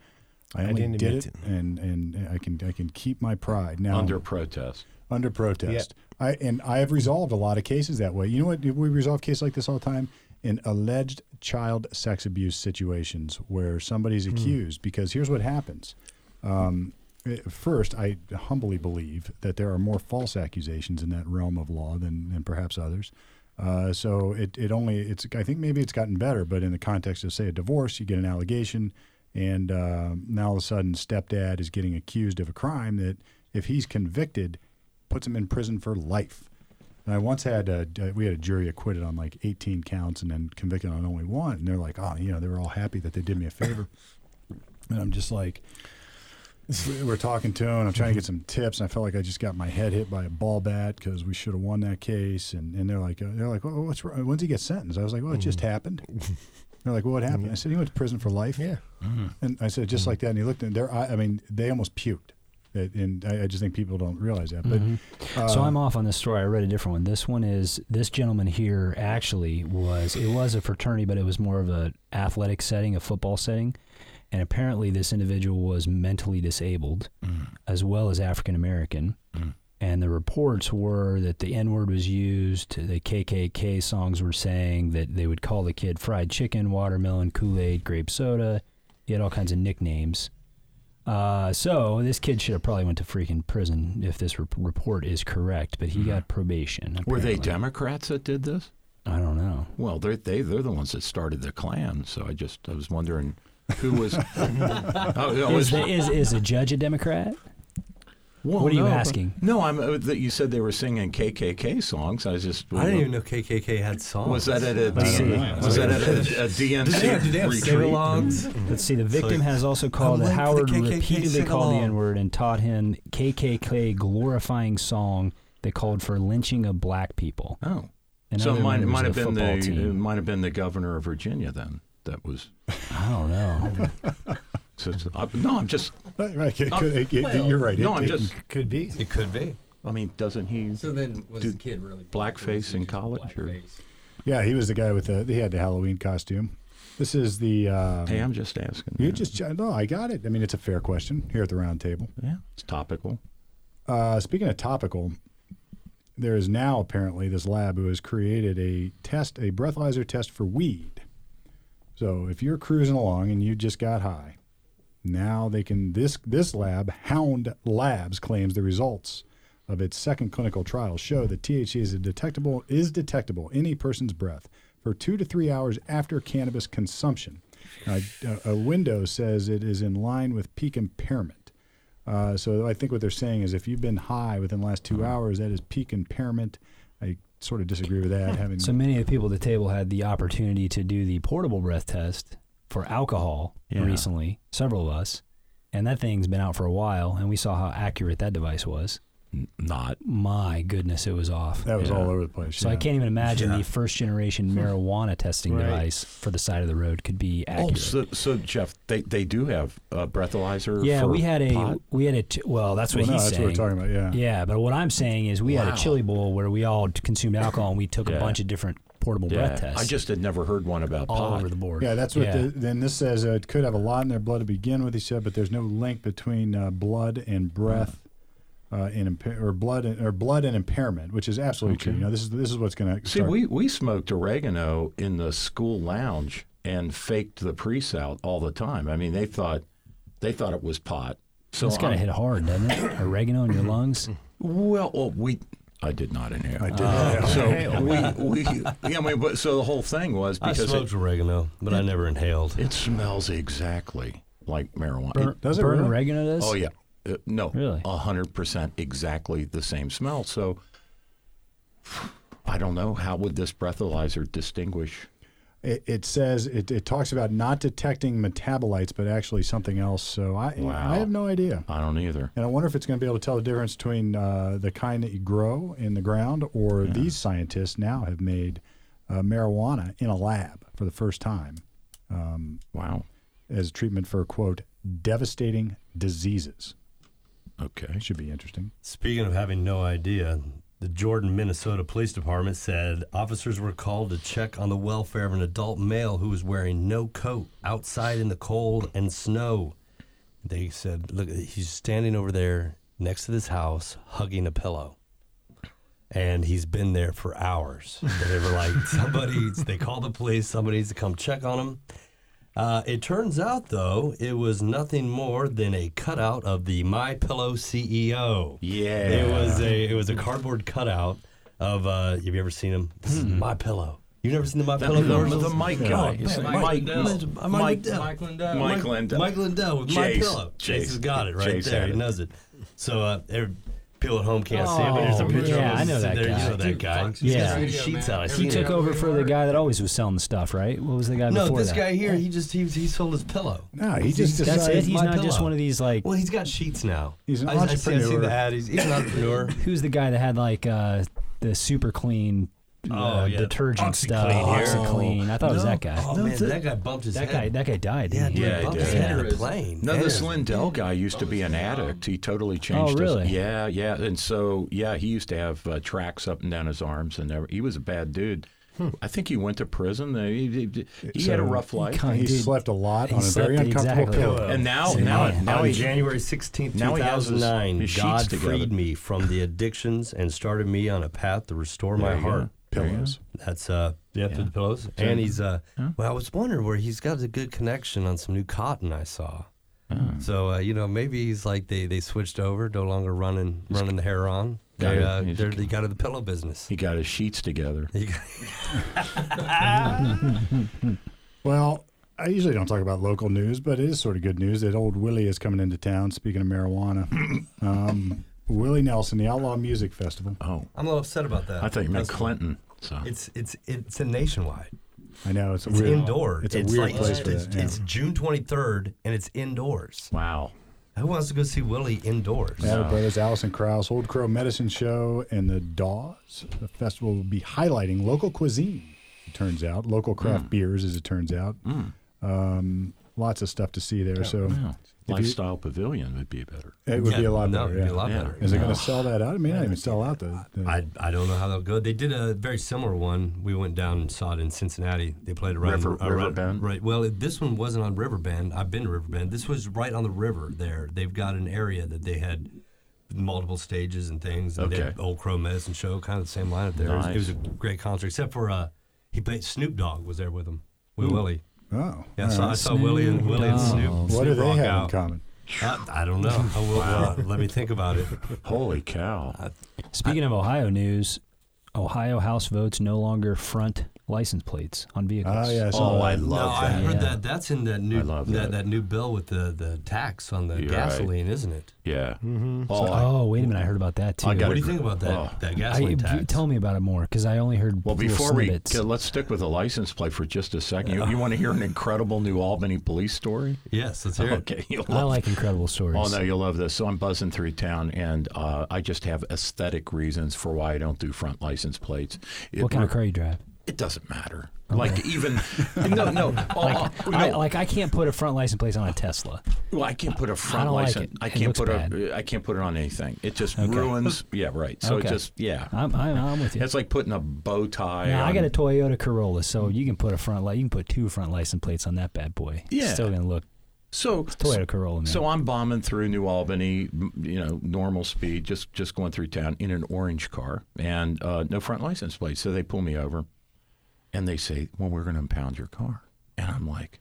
I I only didn't did admit it, and and I can I can keep my pride now Under protest. under protest. I and I have resolved a lot of cases that way. You know what? We resolve cases like this all the time in alleged child sex abuse situations where somebody's accused. Because here's what happens. Um, eh, first, I humbly believe that there are more false accusations in that realm of law than than perhaps others. Uh, so it, it only it's I think maybe it's gotten better, but in the context of say a divorce, you get an allegation, and uh, now all of a sudden stepdad is getting accused of a crime that if he's convicted, puts him in prison for life. And I once had a, we had a jury acquitted on like 18 counts and then convicted on only one, and they're like, oh, you know, they were all happy that they did me a favor, and I'm just like. We're talking to him. I'm trying to get some tips, and I felt like I just got my head hit by a ball bat because we should have won that case. And, and they're like, uh, they're like, well, what's wrong? when's he get sentenced? I was like, well, it just happened. They're like, well, what happened? I said he went to prison for life. Yeah. And I said, just like that. And he looked in their eye. I mean, they almost puked. It- and I, I just think people don't realize that. But so I'm off on this story. I read a different one. This one is this gentleman here actually was it was a fraternity, but it was more of a athletic setting, a football setting, and apparently this individual was mentally disabled as well as African American. And the reports were that the N word was used. The KKK songs were saying that they would call the kid fried chicken, watermelon, Kool Aid, grape soda. He had all kinds of nicknames. Uh, so this kid should have probably went to freaking prison if this rep- report is correct, but he got probation. Mm-hmm. Were they apparently. Democrats that did this? I don't know. Well, they're, they they're the ones that started the Klan. So I just I was wondering who (laughs) was. I Is, was- the, is is a judge a Democrat? well, what are you no, but- asking? No, I'm. uh, that You said they were singing KKK songs. I was just. I didn't even know KKK had songs. Was that at a, Let's see. DN, was that at a, a DNC retreat? sing-alongs? Let's see. The victim like, has also called I'm late for the Howard KKK repeatedly called the sing-along. N word and taught him KKK glorifying song that called for lynching of black people. Oh, And so it another might, one it was might the have been the uh, football it team. (laughs) might have been the governor of Virginia then. That was I don't know. It's, it's, I, uh, no, I'm just. Right, right, (laughs) it I'm- could- it- it- well, you're right. No, it- I'm it- just. Could be. It could be. I mean, doesn't he? So then, was Dude, the kid really blackface in college, or- Blackface. Yeah, he was the guy with the. He had the Halloween costume. This is the. Uh, Hey, I'm just asking. you man. just no, I got it. I mean, it's a fair question here at the round table. Yeah, it's topical. Uh, speaking of topical, there is now apparently this lab who has created a test, a breathalyzer test for weed. So if you're cruising along and you just got high, now they can this this lab, Hound Labs, claims the results of its second clinical trial show that THC is a detectable is detectable in a person's breath for two to three hours after cannabis consumption. Uh, a- a window says it is in line with peak impairment. Uh, so I think what they're saying is if you've been high within the last Uh-huh. two hours, that is peak impairment. I sort of disagree with (laughs) that. Having So many of the people at the table had the opportunity to do the portable breath test for alcohol Yeah. recently, several of us. And that thing's been out for a while, and we saw how accurate that device was. N- not. My goodness, it was off. that was Yeah. all over the place. So I yeah. can't even imagine Yeah. the first generation marijuana testing Right. device for the side of the road could be Oh, accurate. so, so Jeff, they, they do have a breathalyzer. yeah, for we had a pot? we had a t- well, that's what Well, no, he's that's saying. what we're talking about. Yeah. Yeah, but what I'm saying is we had Wow. a chili bowl where we all t- consumed alcohol and we took Yeah. a bunch of different portable breath Yeah, tests I just had never heard one about all pot. over the board. Yeah, that's what. Yeah. The, then this says uh, it could have a lot in their blood to begin with. He said, but there's no link between uh, blood and breath, uh, and impa- or blood and, or blood and impairment, which is absolutely true. Okay. You know, this is this is what's going to See, we, we smoked oregano in the school lounge and faked the priests out all the time. I mean, they thought they thought it was pot. So That's got to I'm- hit hard, doesn't it? Oregano in your lungs. Well, well, we I did not inhale. I did. So we, we yeah, I mean, but, so the whole thing was I because it- smoked oregano, but I never inhaled. It smells exactly like marijuana. It- does it Burn really? oregano does? oh yeah, Uh, no, Really? a hundred percent exactly the same smell. So I don't know how would this breathalyzer distinguish. It, it says it, it talks about not detecting metabolites, but actually something else. So I Wow. I have no idea, I don't either. and I wonder if it's going to be able to tell the difference between uh, the kind that you grow in the ground or these scientists now have made uh, marijuana in a lab for the first time. Wow. as treatment for quote devastating diseases. Okay. Should be interesting. Speaking of having no idea, the Jordan, Minnesota Police Department said officers were called to check on the welfare of an adult male who was wearing no coat outside in the cold and snow. They said, look, he's standing over there next to this house hugging a pillow. And he's been there for hours. And they were like, (laughs) somebody, they called the police, somebody needs to come check on him. Uh, it turns out, though, it was nothing more than a cutout of the My Pillow CEO. Yeah. It was a it was a cardboard cutout of uh have you ever seen him? This is My Pillow. You never seen the My The, Pillow the, commercials? Hmm. the Mike guy. man, Mike, Mike Mike, Lindell. Mike, Mike Lindell. Mike, Mike Lindell. Mike Mike- Lindell. Mike Lindell with My Chase. Pillow. Chase Chase. has got it right Chase there. had He it. knows it. So uh, every, people at home can't see it, but there's a Oh, picture yeah, of him. I know sitting that there. guy. You know that Dude, guy. Fox He's Yeah. got some Radio, sheets man. out. I He seen He it. took over for the Everywhere. guy that always was selling the stuff, right? What was the guy No, before this that? guy here, he just he, he sold his pillow. No, he just That's decided. it. He's My not just Pillow. one of these like. Well, he's got sheets now. He's an I, I see, I see entrepreneur. the ad. He's, he's an entrepreneur. Who's the guy that had like uh, the super clean uh, Oh, yeah. detergent stuff? OxiClean here. OxiClean. I thought it was that guy. Oh, man, that guy bumped his that guy. head. That guy died. yeah, Didn't dude, he? Yeah, he bumped his did. head in a plane. No, That this is- Lindell guy used to be an addict. He totally changed. really? His, yeah, yeah. And so, yeah, he used to have uh, tracks up and down his arms, and every, he was a bad dude. Hmm. I think he went to prison. Uh, He, he- he had a So rough life. kind- he Dude, slept a lot he on a slept very uncomfortable exactly. pillow. and now, Yeah. now, now on he January 16th, now he has his- 2009, his sheets God together. freed me from the addictions and started me on a path to restore my There you go. heart. Pillows. That's uh, yeah, through the pillows. And he's uh, well, I was wondering where he's got a good connection on some new cotton I saw. Hmm. So uh, you know, maybe he's like they, they switched over, no longer running running the hair on. Got They, it. uh, He's- they're, they got in the pillow business. He got his sheets together. (laughs) You got- Well, I usually don't talk about local news, but it is sort of good news that old Willie is coming into town. Speaking of (laughs) marijuana, um, Willie Nelson, the Outlaw Music Festival. Oh, I'm a little upset about that. I thought you meant That's- Clinton. So It's it's it's a nationwide. I know it's, a It's weird, indoor. It's a weird like, place it's, for it's, that. yeah. it's June 23rd and it's indoors. wow. Who wants to go see Willie indoors? Battle Brothers, Allison Krauss, Old Crow Medicine Show, and the Dawes. The festival will be highlighting Mm. local cuisine, it turns out, local craft beers, as it turns out. Um, lots of stuff to see there. So Yeah. you- Lifestyle Pavilion would be better. it would Yeah, be a lot no, better. it'd Yeah. be a lot Yeah. better. Is it going to sell that out? It may not even sell out. The, the- I, I don't know how that'll go. They did a very similar one. We went down and saw it in Cincinnati. They played around River- around- Riverbend? uh, Right. Well, it- this one wasn't on Riverbend. I've been to Riverbend. This was right on the river. There, they've got an area that they had multiple stages and things. And they had Okay. Old Crow Medicine Show, kind of the same lineup there. It was- It, was, Nice. a great concert, except for uh, he played Snoop Dogg was there with him. With Hmm. Willie. oh, Yeah, I all saw, right. I saw Willie and Willie and Snoop. what do Snoop they rock have in out. common? Uh, I don't know. I (laughs) will, uh, let me think about it. Holy cow. Speaking of Ohio news, Ohio House votes no longer front license plates on vehicles. Oh yeah, I saw Oh, I that. No, love I that. heard Yeah. that. That's in that new I love that. That, that. new bill with the, the tax on the You're right. gasoline, isn't it? Yeah. Oh, I- Oh wait a minute, I heard about that too. I got What do you it. think about that Oh. that I- gasoline tax? tell me about it more because I only heard. Well, little before we snippets. get- let's stick with the license plate for just a second. You, you want to hear an incredible New Albany police story? yes, let's hear it. Okay, you'll I love like incredible stories. Oh no, you'll love this. So I'm buzzing through town, and uh, I just have aesthetic reasons for why I don't do front license plates. It, what kind of car you drive? It doesn't matter. Like even (laughs) no, no, (laughs) oh, oh, no. I, like I can't put a front license plate on a Tesla. well, I can't put a front don't like license. it. I It can't looks put bad. a. I can't put it on anything. It just ruins. Yeah, right. So Okay. it just yeah. I'm I'm, I'm with you. It's like putting a bow tie. now, I on- got a Toyota Corolla, so you can put a front light. You can put two front license plates on that bad boy. Yeah. still gonna look so Toyota Corolla. Man. So I'm bombing through New Albany, m- you know, normal speed, just just going through town in an orange car and uh, no front license plate. So they pull me over, and they say, "Well, we're going to impound your car," and I'm like.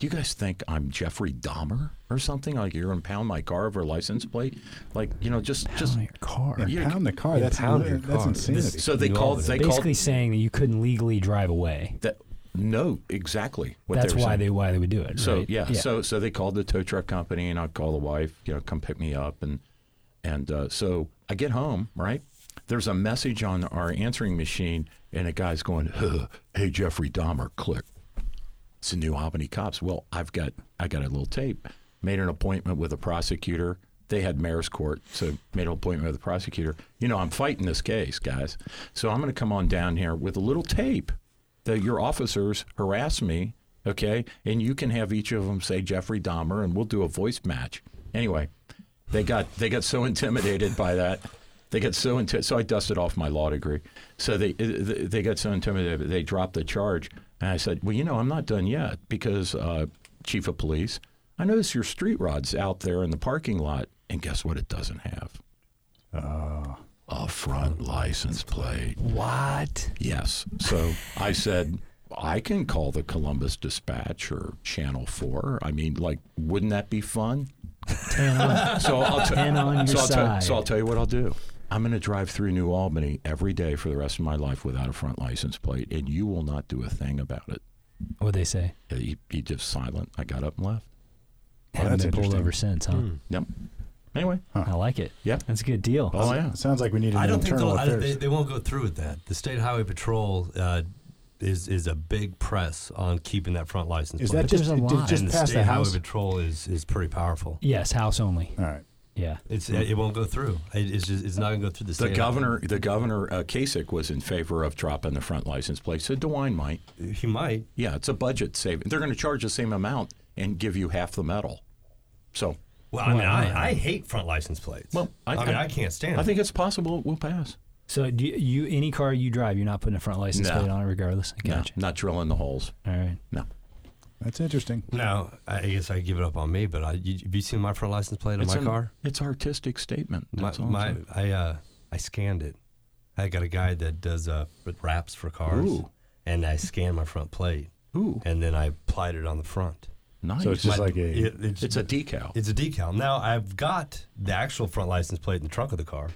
Do you guys think I'm Jeffrey Dahmer or something? Like you're gonna impound my car over a license plate? Like you know, just just on your car. And you- pound the car. That's pound your that's car. insanity. so they New called. Albany. They Basically called saying that you couldn't legally drive away. that. No, exactly. What That's they were why saying. they why they would do it. So right? yeah, so so they called the tow truck company, and I call the wife, you know, come pick me up, and and uh, so I get home, right? There's a message on our answering machine, and a guy's going, "Huh, "Hey, Jeffrey Dahmer, click." It's the New Albany cops. Well, I've got I got a little tape. Made an appointment with a prosecutor. They had mayor's court, so made an appointment with the prosecutor. You know, I'm fighting this case, guys. So I'm going to come on down here with a little tape that your officers harass me, okay? And you can have each of them say Jeffrey Dahmer, and we'll do a voice match. Anyway, they got they got so intimidated by that. They got so intimidated. So I dusted off my law degree. So they they got so intimidated. They dropped the charge, and I said, "Well, you know, I'm not done yet because uh, chief of police, I noticed your street rod's out there in the parking lot, and guess what? It doesn't have a front license plate. what? Yes. So I said, I can call the Columbus Dispatch or Channel 4. I mean, like, wouldn't that be fun? Ten on, So I'll, t- ten on your so I'll, tell- side. so I'll tell you what I'll do. I'm going to drive through New Albany every day for the rest of my life without a front license plate, and you will not do a thing about it. Uh, What'd they say? He, he just silent. I got up and left. Oh, Haven't that's been pulled interesting. over since, huh? Yep. Anyway. I like it. Hmm. Yeah. That's a good deal. Oh, yeah. It sounds like we need an I don't think internal they'll, I, don't- affairs. they, they won't go through with that. The state highway patrol uh, is is a big press on keeping that front license. Is that plate. But there's just a it did line. just and the past state the highway house? patrol is is pretty powerful? Yes, house only. All right. Yeah. It's it, it won't go through. It, it's just it's not gonna go through the Hmm. The state. governor, the governor uh, Kasich was in favor of dropping the front license plate. So DeWine might. He might. Yeah, it's a budget saving. They're going to charge the same amount and give you half the metal. So Well, I mean, I, I hate front license plates. Well, I- I, mean, I- I can't stand. I it. think it's possible it will pass. So do you, you any car you drive, you're not putting a front license No. plate on it, regardless. I No, gotcha. not drilling the holes. All right. No. That's interesting. No, I guess I give it up on me. But I, you, have you seen my front license plate on my an- car? It's artistic statement. My, That's all I'm my saying. I uh, I scanned it. I got a guy that does uh wraps for cars, Ooh. and I scanned my front plate, Ooh, and then I applied it on the front. nice. So it's just My- like a it- it's, It's it's a a decal. it's a decal. Now I've got the actual front license plate in the trunk of the car,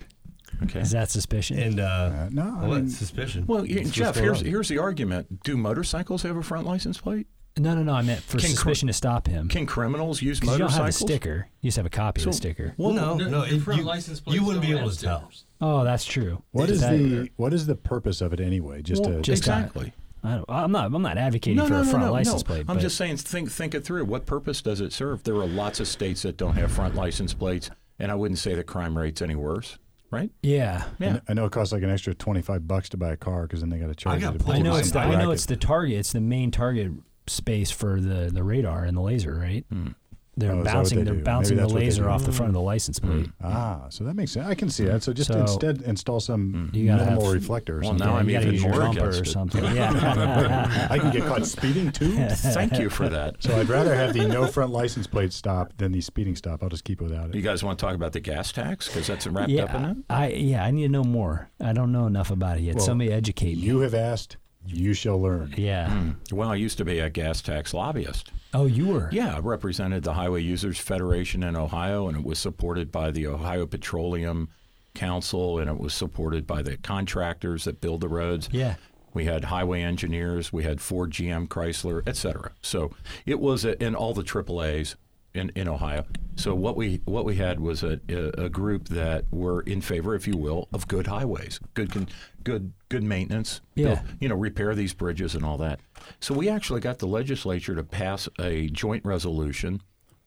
Okay. Is that suspicion? and uh, Uh, no, I well, mean- it's suspicion. Well, It's you- what's Jeff, going here's on. here's the argument. Do motorcycles have a front license plate? no, no, no. I meant for Can cr- suspicion to stop him. Can criminals use 'Cause you don't motorcycles? have the sticker. You just have a copy So- of the sticker. Well, no, no. no, Your it- front you, license you plates wouldn't be don't able have to tell. stickers. Oh, that's true. What is That- the what is the purpose of it anyway? Just Well, to just a- exactly. I don't, I'm not. I'm not advocating for a front license plate. I'm but just saying, think think it through. What purpose does it serve? There are lots of states that don't have front license plates, and I wouldn't say the crime rate's any worse, (laughs) right? yeah. I Yeah. kn- I know it costs like an extra twenty five bucks to buy a car because then they got to charge got you to pulled I put know it over in it's some the, by I know bracket. it's the target. It's the main target space for the the radar and the laser, right? Mm. They're Oh, is that what bouncing. they They are do? Maybe bouncing the that's what they laser do. off the front of the license plate. Mm. Ah, so that makes sense. I can see that. So just So- instead install some You gotta minimal have- reflector or Well, something. now Yeah, I'm you gotta even use your more bumper or against it. (laughs) something. Yeah. I can get caught speeding (laughs) too. Thank you for that. So I'd rather have the no front license plate stop than the speeding stop. I'll just keep it without You it. guys want to talk about the gas tax because that's wrapped up in yeah, it. I yeah, I need to know more. I don't know enough about it yet. Well, Somebody educate me. You Hmm. have asked, you shall learn. Yeah. Well, I used to be a gas tax lobbyist. Oh, you were. Yeah, I represented the Highway Users Federation in Ohio, and it was supported by the Ohio Petroleum Council, and it was supported by the contractors that build the roads. Yeah. We had highway engineers, we had Ford, GM, Chrysler, et cetera. So it was a, and all the AAAs in, in Ohio. So what we what we had was a, a, a group that were in favor, if you will, of good highways, good con, good good maintenance, Yeah. you know, repair these bridges and all that. So we actually got the legislature to pass a joint resolution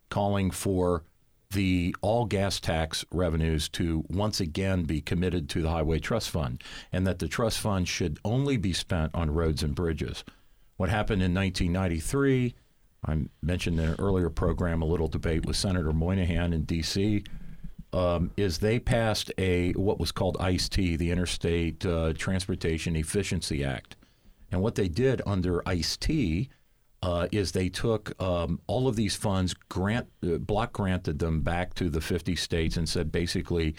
calling for the all gas tax revenues to once again be committed to the highway trust fund and that the trust fund should only be spent on roads and bridges. What happened in 1993, I mentioned in an earlier program a little debate with Senator Moynihan in D.C um, is they passed a what was called ICE-T, the Interstate uh, Transportation Efficiency Act, and what they did under ICE-T uh, is they took um, all of these funds, grant uh, block granted them back to the 50 states, and said basically,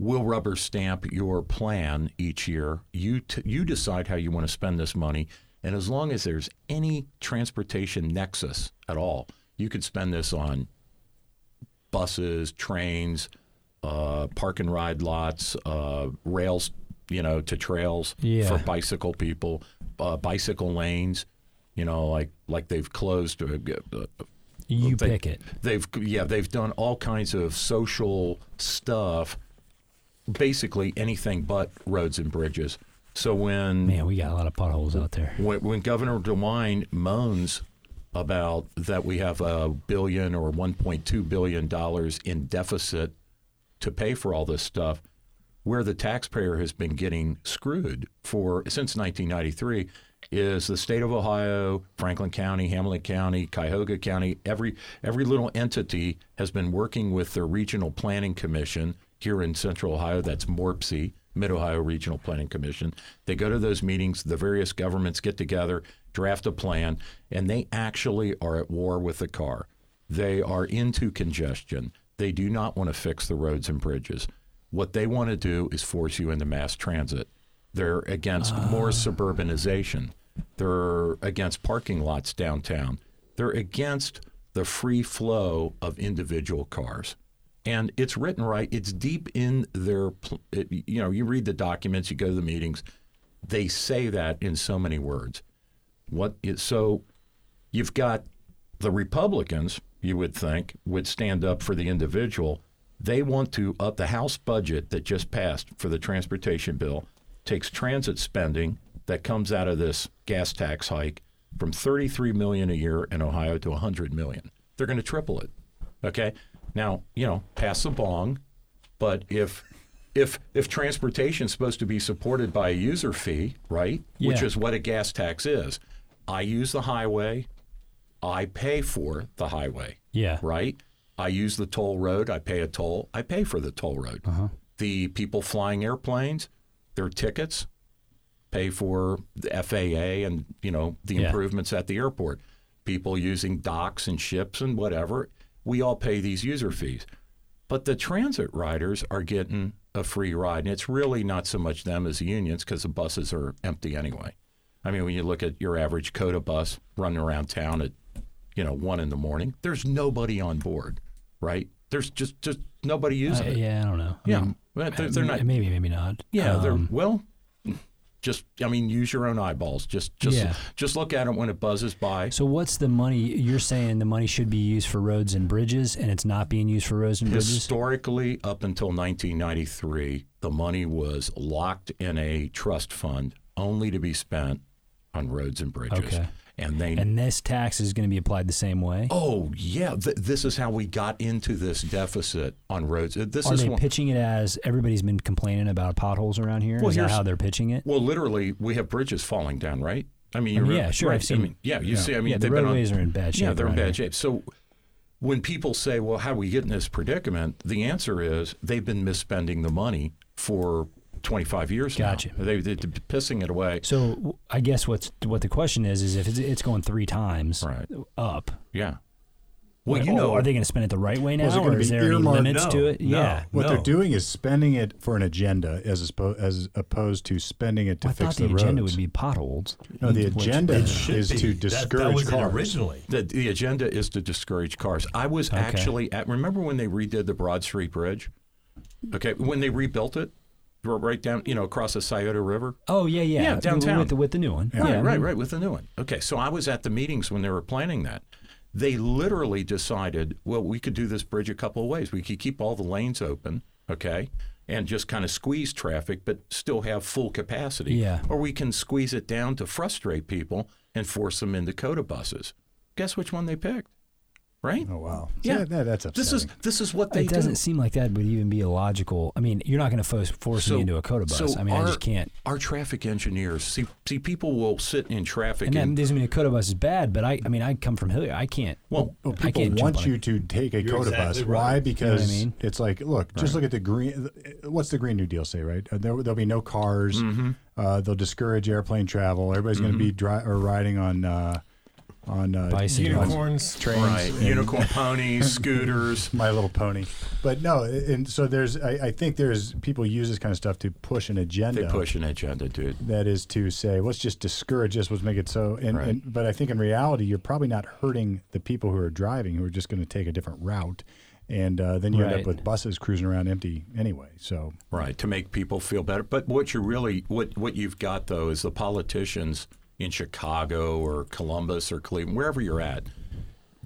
we'll rubber stamp your plan each year. You t- you decide how you want to spend this money, and as long as there's any transportation nexus at all, you could spend this on buses, trains, uh, park and ride lots, uh, rails, you know, to trails Yeah. for bicycle people, uh, bicycle lanes, you know, like like they've closed. Uh, uh, You they- pick it. They've yeah, they've done all kinds of social stuff. Basically anything but roads and bridges. So when Man, we got a lot of potholes out there. when, when Governor DeWine moans about that we have a billion or 1.2 billion dollars in deficit to pay for all this stuff, where the taxpayer has been getting screwed for since 1993 is the state of Ohio, Franklin County, Hamilton County, Cuyahoga County. Every every little entity has been working with their regional planning commission here in Central Ohio. That's MORPSI, Mid Ohio Regional Planning Commission. They go to those meetings. The various governments get together, draft a plan, and they actually are at war with the car. They are into congestion. They do not want to fix the roads and bridges. What they want to do is force you into mass transit. They're against more suburbanization. They're against parking lots downtown. They're against the free flow of individual cars. And it's written right. It's deep in their, pl- it, you know, you read the documents, you go to the meetings. They say that in so many words. What is, so you've got the Republicans, you would think, would stand up for the individual. They want to up the House budget that just passed for the transportation bill, takes transit spending that comes out of this gas tax hike from 33 million a year in Ohio to 100 million. They're going to triple it. Okay? Now, you know, pass the bong, but if if if transportation's supposed to be supported by a user fee, right? Which Yeah. is what a gas tax is. I use the highway, I pay for the highway. Yeah. Right? I use the toll road, I pay a toll, I pay for the toll road. Uh-huh. The people flying airplanes, their tickets, pay for the FAA and, you know, the Yeah. improvements at the airport. People using docks and ships and whatever, we all pay these user fees. But the transit riders are getting a free ride. And it's really not so much them as the unions because the buses are empty anyway. I mean, when you look at your average Coda bus running around town at, you know, one in the morning, there's nobody on board, right? There's just, just nobody using Uh, it. yeah, I don't know. I Yeah. mean, But they're, they're not, Maybe, maybe not. yeah, they're Um, well. Just, I mean, use your own eyeballs. Just, just, Yeah. just look at it when it buzzes by. so what's the money? You're saying the money should be used for roads and bridges, and it's not being used for roads and bridges. Historically, up until 1993, the money was locked in a trust fund, only to be spent on roads and bridges. Okay. And they And this tax is going to be applied the same way. Oh yeah, Th- this is how we got into this deficit on roads. Uh, This Are is they one- pitching it as everybody's been complaining about potholes around here? Well, Is that here's- how they're pitching it? well, literally, we have bridges falling down, right? I mean, I mean, you yeah, sure, I've I seen- mean, yeah, you yeah. see, I mean, Yeah, the they've been on- roadways are in bad Yeah, shape they're in around bad here. shape. So when people say, "Well, how do we get in this predicament?" the answer is they've been misspending the money for 25 years Gotcha. now. They, they're pissing it away. So w- I guess what's what the question is is if it's, it's going three times Right. up. Yeah. Well, like, you oh, know, are they going to spend it the right way now, Was it gonna or is be there any earmarked? limits No, to it? Oh, no. Yeah. What No. they're doing is spending it for an agenda as opposed, as opposed to spending it to I fix thought the, the, agenda roads. would be potholes. no, the Which- agenda Should is be. to That- that, discourage was it cars. originally. The, the agenda is to discourage cars. I was actually at, remember when they redid the Broad Street Bridge? Okay, when they rebuilt it, r- right down, you know, across the Scioto River? Oh yeah, yeah, Yeah, With- downtown. with the, with the new one. Right, I right, mean, right, with the new one. Okay, so I was at the meetings when they were planning that. They literally decided, well, we could do this bridge a couple of ways. We could keep all the lanes open, okay, and just kind of squeeze traffic, but still have full capacity. Yeah. Or we can squeeze it down to frustrate people and force them into coda buses. Guess which one they picked, right? Oh wow, Yeah. that, that's upsetting. This is this is what they It doesn't do. seem like that would even be a logical. I mean, you're not going to force force me into a coda bus. so I mean, our- I just can't. Our traffic engineers see see people will sit in traffic And and, that doesn't mean a coda bus is bad, but I, I mean, I come from Hillier. I can't. well, Well, I people can't jump want on you to take a You're Coda bus. exactly right. Why? You know what I Because mean? it's like, look, just look at the green. What's the Green New Deal say? Right? Uh, There, there'll be no cars. Mm-hmm. Uh, they'll discourage airplane travel. Everybody's going to be Mm-hmm. dri- or riding on uh, on uh, Bicycles. on Unicorns. trains. right, unicorn (laughs) ponies, scooters. My Little Pony, but no, and so there's. I, I think there's people use this kind of stuff to push an agenda. They push an agenda, dude. that is to say let's just discourage this let's make it so and, Right. and but i think in reality you're probably not hurting the people who are driving who are just going to take a different route and uh, then you end up Right. with buses cruising around empty anyway so Right, to make people feel better. But what you really what what you've got though is the politicians in Chicago or Columbus or Cleveland, wherever you're at,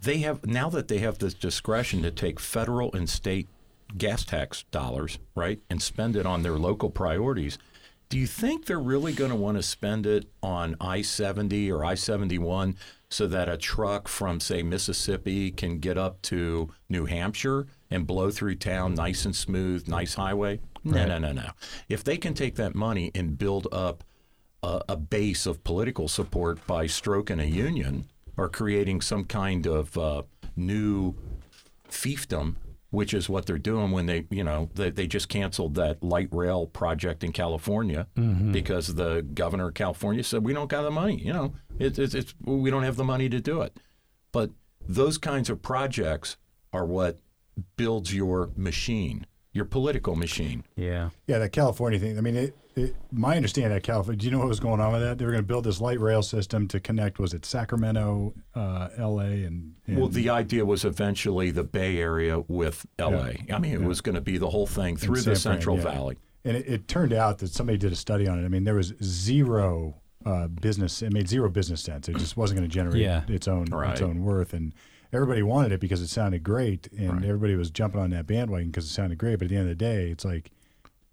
they have now that they have this discretion to take federal and state gas tax dollars, right, and spend it on their local priorities. Do you think they're really going to want to spend it on I 70 or I 71 so that a truck from, say, Mississippi can get up to New Hampshire and blow through town nice and smooth, nice highway? No, no, no, no. If they can take that money and build up a, a base of political support by stroking a union or creating some kind of uh, new fiefdom, which is what they're doing when they, you know, they, they just canceled that light rail project in California because the governor of California said, we don't got the money. You know, it, it's it's, we don't have the money to do it. But those kinds of projects are what builds your machine, your political machine. Yeah. yeah that california thing i mean it, it my understanding of california do you know what was going on with that they were going to build this light rail system to connect was it sacramento uh, la and, and Well, the idea was eventually the Bay Area with LA. I mean, it was going to be the whole thing through San the Fran, Central yeah. Valley. and it, it turned out that somebody did a study on it. I mean, there was zero uh, business. It made zero business sense. It just wasn't going to generate Yeah. its own Right. its own worth. And everybody wanted it because it sounded great, and everybody was jumping on that bandwagon because it sounded great. But at the end of the day, it's like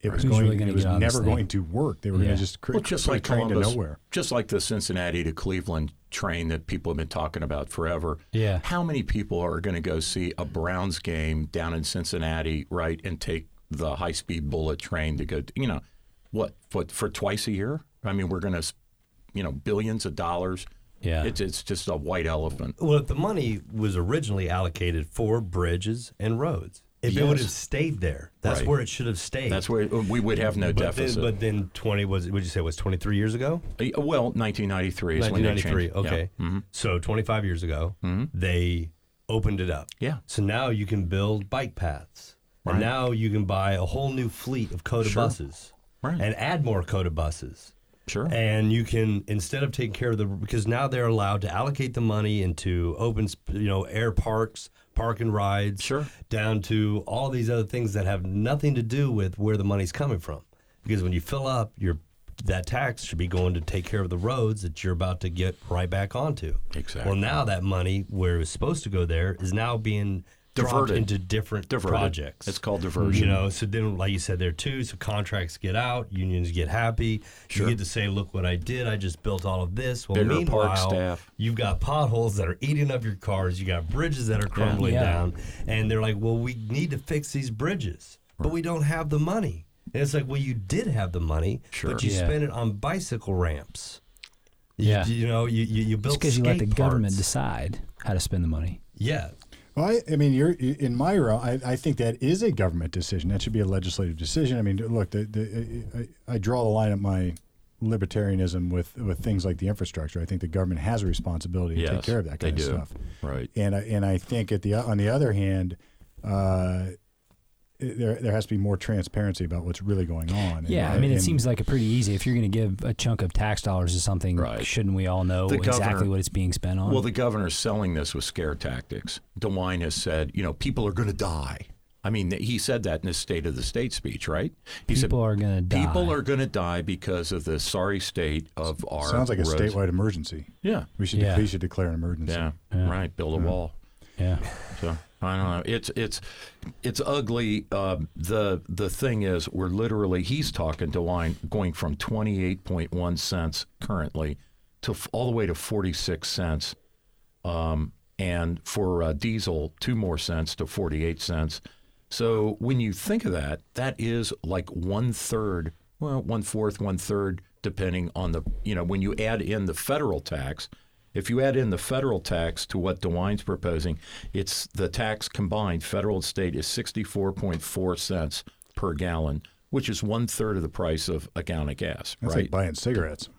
it was Who's going. really gonna it was get on this never thing? going to work. They were Yeah. going to just create Well, just like train to Columbus, nowhere. just like the Cincinnati to Cleveland train that people have been talking about forever. Yeah. How many people are going to go see a Browns game down in Cincinnati, right, and take the high-speed bullet train to go? You know, what? What for twice a year? I mean, we're going to, you know, billions of dollars. Yeah. It's it's just a white elephant. Well, if the money was originally allocated for bridges and roads, if it would have stayed there, that's Right. where it should have stayed. That's where we would have no but deficit. Then, but then twenty was would you say it was twenty three years ago? Uh, Well, 1993 is Nineteen when they ninety changed. three. it. Yeah. Mm-hmm. Okay, so twenty five years ago, they opened it up. Yeah. So now you can build bike paths, and now you can buy a whole new fleet of Coda buses, Right. and add more Coda buses. Sure. And you can instead of taking care of the because now they're allowed to allocate the money into open, sp- you know, air parks, park and rides, Sure. down to all these other things that have nothing to do with where the money's coming from. Because when you fill up your that tax should be going to take care of the roads that you're about to get right back onto. Exactly. Well, now that money where it was supposed to go there is now being dropped Diverted. into different Diverted. projects. It's called diversion. You know, so then, like you said there too, so contracts get out, unions get happy. You get to say, look what I did. I just built all of this. Well, Bigger park meanwhile, staff. you've got potholes that are eating up your cars. You got bridges that are crumbling Yeah. down. And they're like, well, we need to fix these bridges, but we don't have the money. And it's like, well, you did have the money, Sure. but you Yeah. spent it on bicycle ramps. You- Yeah. You, know, you, you, you built Just because you let the skate government parks. decide how to spend the money. Yeah. Well, I, I mean, you're in my realm. I, I think that is a government decision. That should be a legislative decision. I mean, look, the, the, I, I draw the line at my libertarianism with, with things like the infrastructure. I think the government has a responsibility to Yes, take care of that they kind of do. stuff. Right. And I, and I think at the on the other hand, uh, it- there there has to be more transparency about what's really going on. And- Yeah, I mean, it and- seems like a pretty easy. If you're going to give a chunk of tax dollars to something, Right. shouldn't we all know The exactly governor- what it's being spent on? Well, the governor's selling this with scare tactics. DeWine has said, you know, people are going to die. I mean, th- he said that in his State of the State speech, right? He People are gonna to People die." are going to die because of the sorry state of our sounds like a roads." statewide emergency. Yeah. We should Yeah. we should declare an emergency. Yeah, right. Build a wall. yeah, So I don't know. It's it's it's ugly. Uh, the the thing is, we're literally he's talking to wine going from twenty eight point one cents currently to f- all the way to forty six cents, um, and for uh, diesel two more cents to forty eight cents. So when you think of that, that is like one third, well, one fourth, one third, depending on the you know when you add in the federal tax. If you add in the federal tax to what DeWine's proposing, it's the tax combined, federal and state, is 64.4 cents per gallon, which is one third of the price of a gallon of gas, That's right? like buying cigarettes.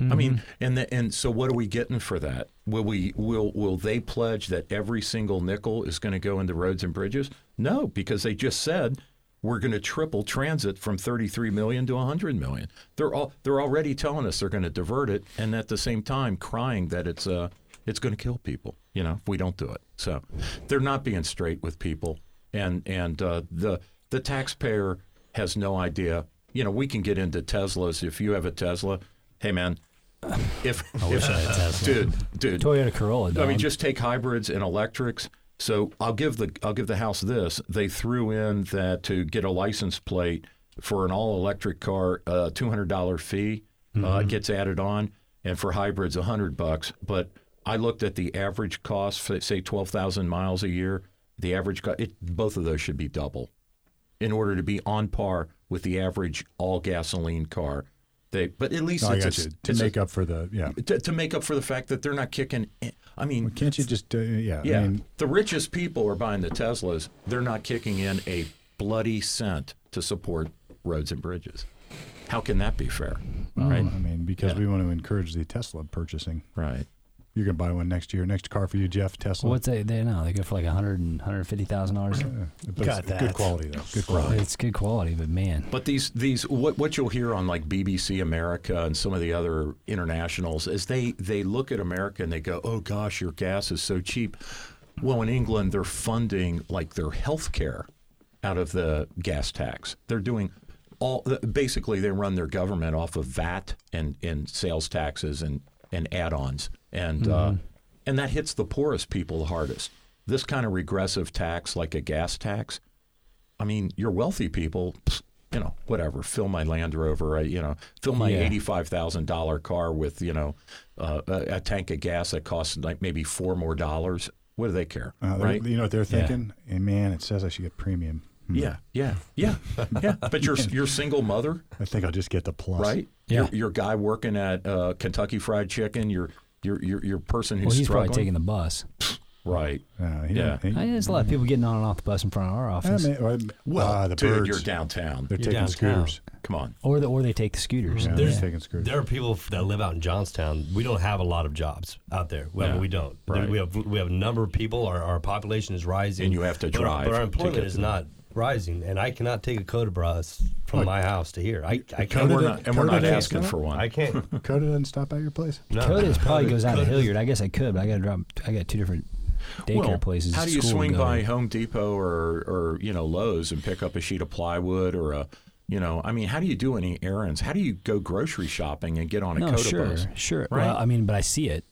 I mean, and the, and so what are we getting for that? Will we will will they pledge that every single nickel is going to go into roads and bridges? No, because they just said we're going to triple transit from 33 million to 100 million. They're all they're already telling us they're going to divert it, and at the same time crying that it's uh it's going to kill people. You know, if we don't do it, so they're not being straight with people, and and uh, the the taxpayer has no idea. You know, we can get into Teslas. If you have a Tesla, hey man, if, if dude, dude, Toyota Corolla. I mean, dog. just take hybrids and electrics. So I'll give the I'll give the house this. They threw in that to get a license plate for an all electric car, a two hundred dollar fee Mm-hmm. uh, gets added on, and for hybrids, a hundred bucks. But I looked at the average cost, for, say twelve thousand miles a year. The average cost, it, both of those should be double, in order to be on par with the average all gasoline car. They, but at least No, Oh, I it's, got a, you. To it's a- make up for the yeah. to, to make up for the fact that they're not kicking. I mean, Can't you just uh, yeah? yeah, I mean, the richest people are buying the Teslas. They're not kicking in a bloody cent to support roads and bridges. How can that be fair? Right, I mean because Yeah. we want to encourage the Tesla purchasing. right. You're gonna buy one next year. Next car for you, Jeff Tesla. what's they they no they go for like a hundred and hundred fifty thousand dollars. But it's Got Good that. quality though. Good quality. It's good quality, but man, But these these what what you'll hear on like BBC America and some of the other internationals is they they look at America and they go, oh gosh, your gas is so cheap. Well, in England, they're funding like their health care out of the gas tax. They're doing all basically they run their government off of VAT and and sales taxes and and add-ons and uh, and that hits the poorest people the hardest. This kind of regressive tax, like a gas tax, I mean, you're wealthy people, pfft, you know, whatever. Fill my Land Rover, I, you know, fill my Yeah. eighty-five thousand dollar car with you know uh, a, a tank of gas that costs like maybe four more dollars. What do they care, Uh, they're- right? You know what they're thinking? And man, it says I should get premium. Hmm, Yeah, yeah, yeah, yeah. But you're you're a single mother, I think I'll just get the plus. right? Yeah. Your, your guy working at uh, Kentucky Fried Chicken. Your your your your person who's well, he's struggling. probably taking the bus. right. Uh, he Yeah. don't- he- I, Oh, there's a lot of people getting on and off the bus in front of our I office, mean, or, Well, ah, the Uh, dude, birds. you're downtown. They're taking downtown. scooters. Come on. or the, or they take the scooters. Yeah, There's- they're taking scooters. There are people f- that live out in Johnstown. We don't have a lot of jobs out there. Well, Yeah, we don't. There- right. We have we have a number of people. Our, our population is rising, And you have to but our- drive But to our employment get is to- not rising, and I cannot take a Coda bus from my house to here. I, I And can't. we're Coda- not and we're Coda not can't asking come? for one. I (laughs) can't. Coda doesn't stop at your place. No. Coda's probably goes out to Coda's- Hilliard. I guess I could, but I got to drop. I got two different daycare places. How do you school to swing go by to. Home Depot or or you know Lowe's and pick up a sheet of plywood or a you know I mean how do you do any errands? How do you go grocery shopping and get on a No, Coda sure, bus? sure. right? Well, I mean, but I see it.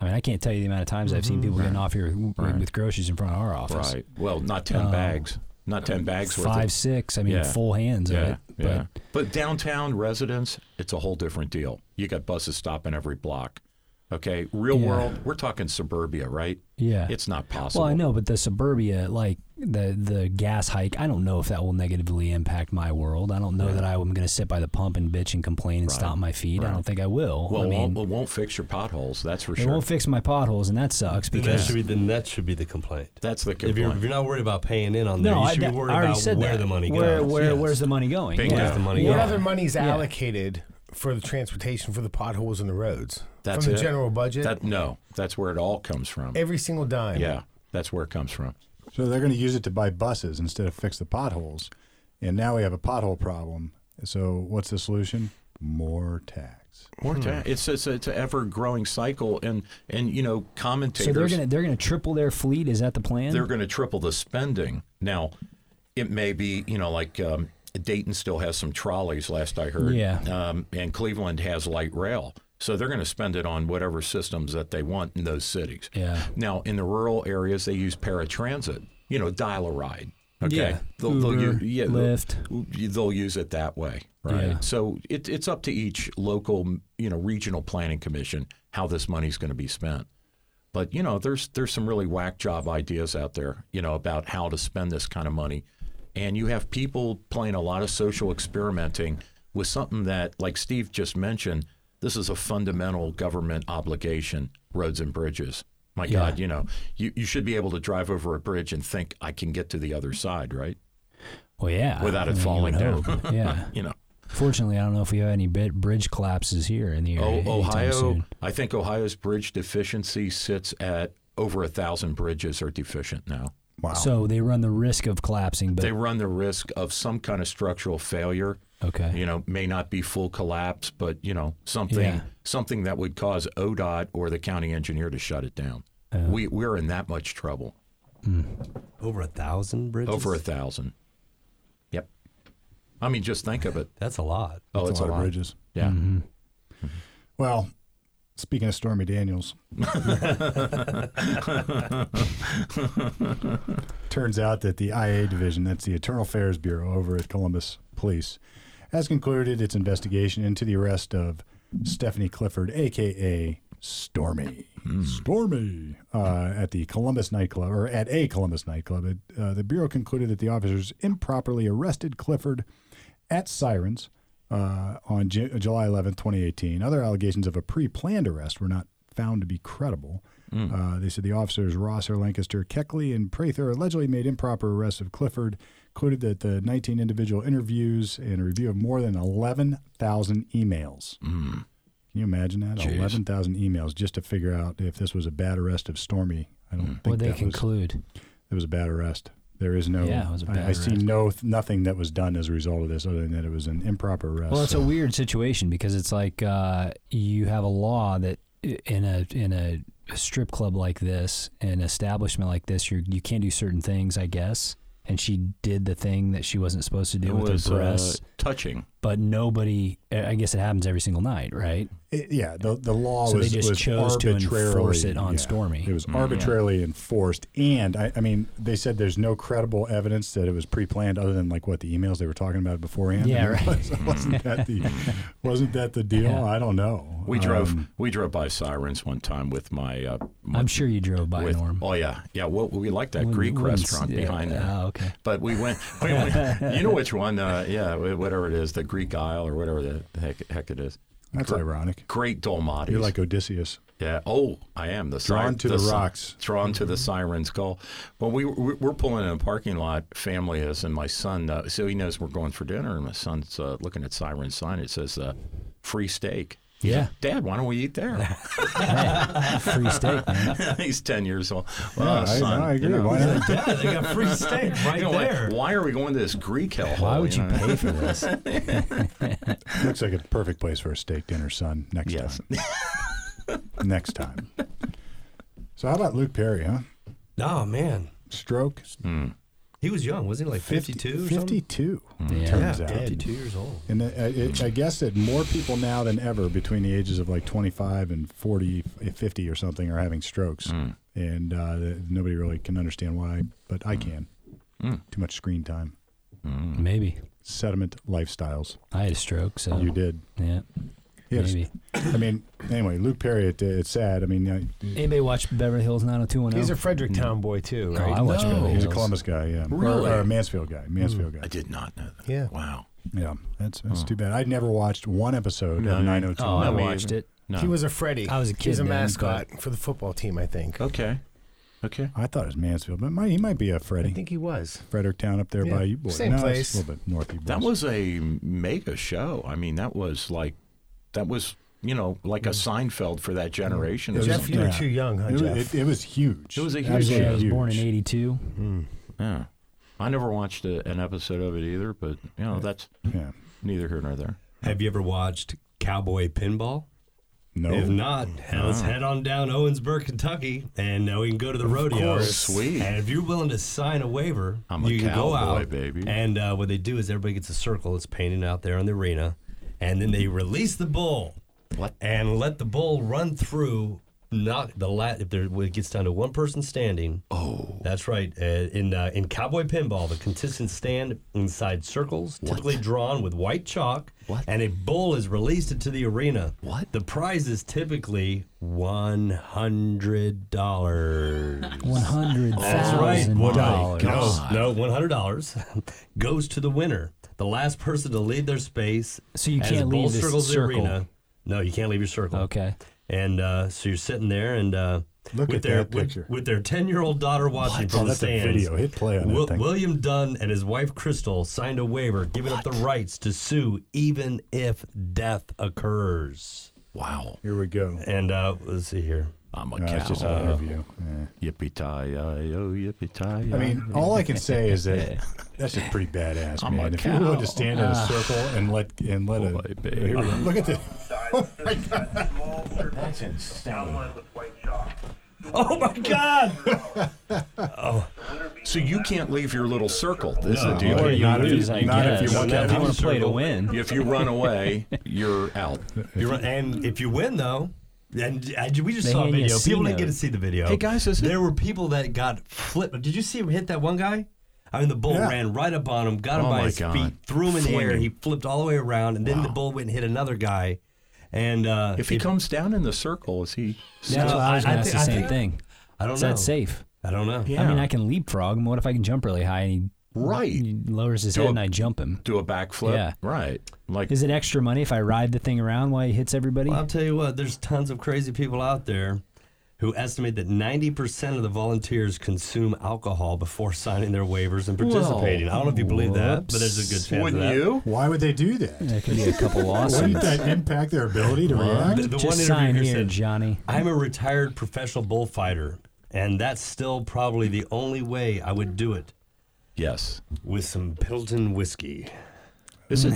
I mean, I can't tell you the amount of times I've seen people getting off here w- with groceries in front of our office. Right. Well, not ten bags. Not ten bags worth. um, Five, Of, six. I mean, Yeah. full hands of yeah, it. But yeah. But downtown residents, it's a whole different deal. You got buses stopping every block. Okay, real Yeah. world, we're talking suburbia, right? Yeah. It's not possible. well, I know, but the suburbia, like the the gas hike, I don't know if that will negatively impact my world. I don't know that I'm going to sit by the pump and bitch and complain and stomp my feet. I don't think I will. Well, I it mean, won't, it won't fix your potholes. That's for it sure. won't fix my potholes, and that sucks Then that because should be then that should be the complaint. That's the If you're, if complaint. you're not worried about paying in on there, no, you I, should that- be I worried already about said where that. the money goes. Where, where, Yes. Where's the money going? Bingo. Where's the money What going? other money's Yeah. allocated for the transportation for the potholes in the roads? That's from it. the general budget. That no, that's where it all comes from. every single dime. yeah, that's where it comes from. So they're going to use it to buy buses instead of fix the potholes. And now we have a pothole problem. So what's the solution? More tax. More ta- Hmm. It's it's it's an ever growing cycle, and and you know commentators So they're gonna they're gonna triple their fleet. Is that the plan? they're going to triple the spending. Now, it may be, you know, like um, Dayton still has some trolleys, last I heard. Yeah. Um, and Cleveland has light rail. So they're going to spend it on whatever systems that they want in those cities. Yeah. Now, in the rural areas, they use paratransit, you know, dial a ride. Okay. Yeah. They'll, they'll Uber, u- yeah, Lyft. They'll, they'll use it that way. Right. Yeah. So it, it's up to each local, you know, regional planning commission how this money's going to be spent. But you know, there's there's some really whack job ideas out there, you know, about how to spend this kind of money. And you have people playing a lot of social experimenting with something that, like Steve just mentioned, this is a fundamental government obligation, roads and bridges. My God, you know, you, you should be able to drive over a bridge and think I can get to the other side, right? Well, yeah. Without I it mean, you falling would (laughs) down. hope. (laughs) yeah. (laughs) You know. Fortunately, I don't know if we have any bit bridge collapses here in the area. Oh, anytime Ohio, soon. I think Ohio's bridge deficiency sits at over a thousand bridges are deficient now. Wow. So they run the risk of collapsing, but They run the risk of some kind of structural failure. okay. You know, may not be full collapse, but you know something Yeah. something that would cause ODOT or the county engineer to shut it down. we we're in that much trouble. Over a thousand bridges. Over a thousand. Yep. I mean, just think of it. That's a (laughs) lot. Oh, it's That's a a lot lot. of bridges. Yeah. Well, speaking of Stormy (laughs) Daniels, turns out that the IA division, that's the Eternal Affairs Bureau over at Columbus Police, has concluded its investigation into the arrest of Stephanie Clifford, aka Stormy. Hmm. Stormy uh, at the Columbus nightclub, or at a Columbus nightclub. It, uh, the Bureau concluded that the officers improperly arrested Clifford at Sirens uh, on Ju- July 11, 2018. Other allegations of a pre planned arrest were not found to be credible. Uh, they said the officers Rosser, Lancaster, Keckley, and Prather allegedly made improper arrests of Clifford, included that the 19 individual interviews and a review of more than 11,000 emails. Mm. Can you imagine that? 11,000 emails just to figure out if this was a bad arrest of Stormy. I don't think What they that was- conclude? it was a bad arrest. There is no. Yeah, it was a bad I, I see arrest. no nothing that was done as a result of this, other than that it was an improper arrest. Well, it's a So- weird situation because it's like uh, you have a law that i- in a in a strip club like this, an establishment like this, you you can't do certain things, I guess. And she did the thing that she wasn't supposed to do It with was her uh, breasts, touching. but nobody. I guess it happens every single night, right? Mm-hmm. It- yeah, the the law So they was just was chose to arbitrarily, enforce it on yeah, Stormy. Mm-hmm. It was arbitrarily enforced, and I, I mean, they said there's no credible evidence that it was pre-planned, other than like what the emails they were talking about beforehand. Yeah, I mean, (laughs) right. so wasn't that (laughs) the wasn't that the deal? Yeah. I don't know. We drove Um, we drove by Sirens one time with my. Uh, my I'm sure you drove by with, Norm. oh yeah, yeah. Well, we like that Wouldn't- Greek wouldn't s- restaurant yeah, behind there. ah, Oh, okay. But we went, we went- (laughs) you know which one? Uh, yeah, wh- whatever it is, the Greek Isle or whatever the heck, heck it is. that's ironic. Great Dolmades. You're like Odysseus. yeah. Oh, I am the Drawn si- to the si- rocks. Mm-hmm. Drawn to the siren's call. Well, we we- we're pulling in a parking lot. Family is, and my son. Uh, so he knows we're going for dinner, and my son's uh, looking at siren sign. It says uh, free steak. He's Yeah. like, Dad, why don't we (laughs) eat there? (laughs) Free Mm, steak, man. He's ten years old. Well, Yeah, I, son, I agree. You know, Why not? Yeah, they got free steak (laughs) right you know, why- there. Why, are we going to this Greek hellhole? Why would you know? pay (laughs) for this? Looks like a perfect place for a steak dinner, son. Next Yes. time. Next time. So how about Luke Perry, huh? Oh man, Stroke. he was young, wasn't he? Like fifty-two. or something? 52. Yeah. Turns out. yeah, fifty-two years old. And I- I, I guess that more people now than ever between the ages of like 25 and 40, 50 or something are having strokes. And uh, th- nobody really can understand why, but I can. Too much screen time. Maybe. Sediment lifestyles. I had a stroke, so You did. yeah. Yes. Oh. Maybe. I mean, anyway, Luke Perry. It, it's sad. I mean, uh, I, Anybody watch Beverly Hills 90210? He's a Fredericktown boy too, No, right? Oh, I watch No. Beverly Hills. he's a Columbus guy. Yeah, Or- Really? Hmm. or, a Mansfield guy. Mansfield I guy. did not know that. Yeah. Wow. Yeah, that's that's too bad. I'd never watched one episode No, of you- 902. Oh, I No, me watched either. it. No. He was a Freddy. I was a He's kid a then, mascot for the football team, I think. okay. Okay. I thought it was Mansfield, but might, he might be a I Freddie. think he was. Fredericktown up there Yeah, by you boys. same No, it's place. A little bit north of you That boys. was a mega show. I mean, that was like, that was, you know, like a Seinfeld for that generation. It was- Jeff, you were yeah. too young, huh, It was, Jeff? it, it was huge. It was a huge Absolutely show. I was born in huge. 82. Yeah. I never watched a, an episode of it either, but, you know, that's Yeah. neither here nor there. Have you ever watched Cowboy Pinball? No. If not, let's head on down Owensburg, Kentucky, and uh, we can go to the rodeo. course. Sweet. And if you're willing to sign a waiver, I'm a you can go cowboy, out. baby. And uh, what they do is everybody gets a circle that's painted out there on the arena, and then they release the bull What? and let the bull run through. Not the lat if there when it gets down to one person standing. Oh, that's right. Uh, in uh, in cowboy pinball, the contestants stand inside circles, typically drawn with white chalk, What? and a bull is released into the arena. What? The prize is typically one hundred dollars. (laughs) $100,000. That's right. One Wow. No, no, one hundred dollars (laughs) goes to the winner. The last person to leave their space. So you as can't the bull leave this circles the circle. arena- No, you can't leave your circle. Okay. And uh, so you're sitting there and uh, Look with at their that with- picture. With, their ten year old daughter watching from Oh, the that's a stands. video. Hit play on that Wil- thing. William Dunn and his wife Crystal signed a waiver giving up the rights to sue even if death occurs. Wow. Here we go. And uh, let's see here. I'm a No, cow. it's just an interview. Yeah. yippee tie, oh, yippee tie. I mean, all I can say is (laughs) that that's just pretty badass, I'm a man. If you're willing cow. Ah. Oh, to stand in a circle and let and let Boy, a babe. here we go. look at this. that's insane. Oh my God! So you can't leave your little circle. Is the Boy, deal? You- not if you- I not if you guess. want If that you want to play to circle. win. if you run (laughs) away, you're out. You're right. And if you win, though, and, and we just They saw a hand you a video. People didn't C-note. get to see the video. Hey, guys, is it- there were people that got flipped. Did you see him hit that one guy? I mean, the bull Yeah. ran right up on him, got him Oh, by my his God. feet, threw him in the air. Flinging. He flipped all the way around, and then the bull went and hit another guy. And uh, If he it- comes down in the circle, is he? That's what No, I was I- I going to ask thi- the I same think- thing. I don't Is know. that safe? I don't know. I mean, I can leapfrog him. What if I can jump really high and he, Right. he lowers his Do head a- and I jump him? do a backflip. Yeah. Right. Like Is it extra money if I ride the thing around while he hits everybody? Well, I'll tell you what, there's tons of crazy people out there who estimate that 90% of the volunteers consume alcohol before signing their waivers and participating. I don't know if you believe that, but there's a good chance of wouldn't that. you? Why would they do that? There could be a couple Wouldn't lawsuits. that impact their ability to react? The one Just interview sign here here, said, Johnny. I'm a retired professional bullfighter, and that's still probably the only way I would do it Yes. with some Pilton whiskey. Is it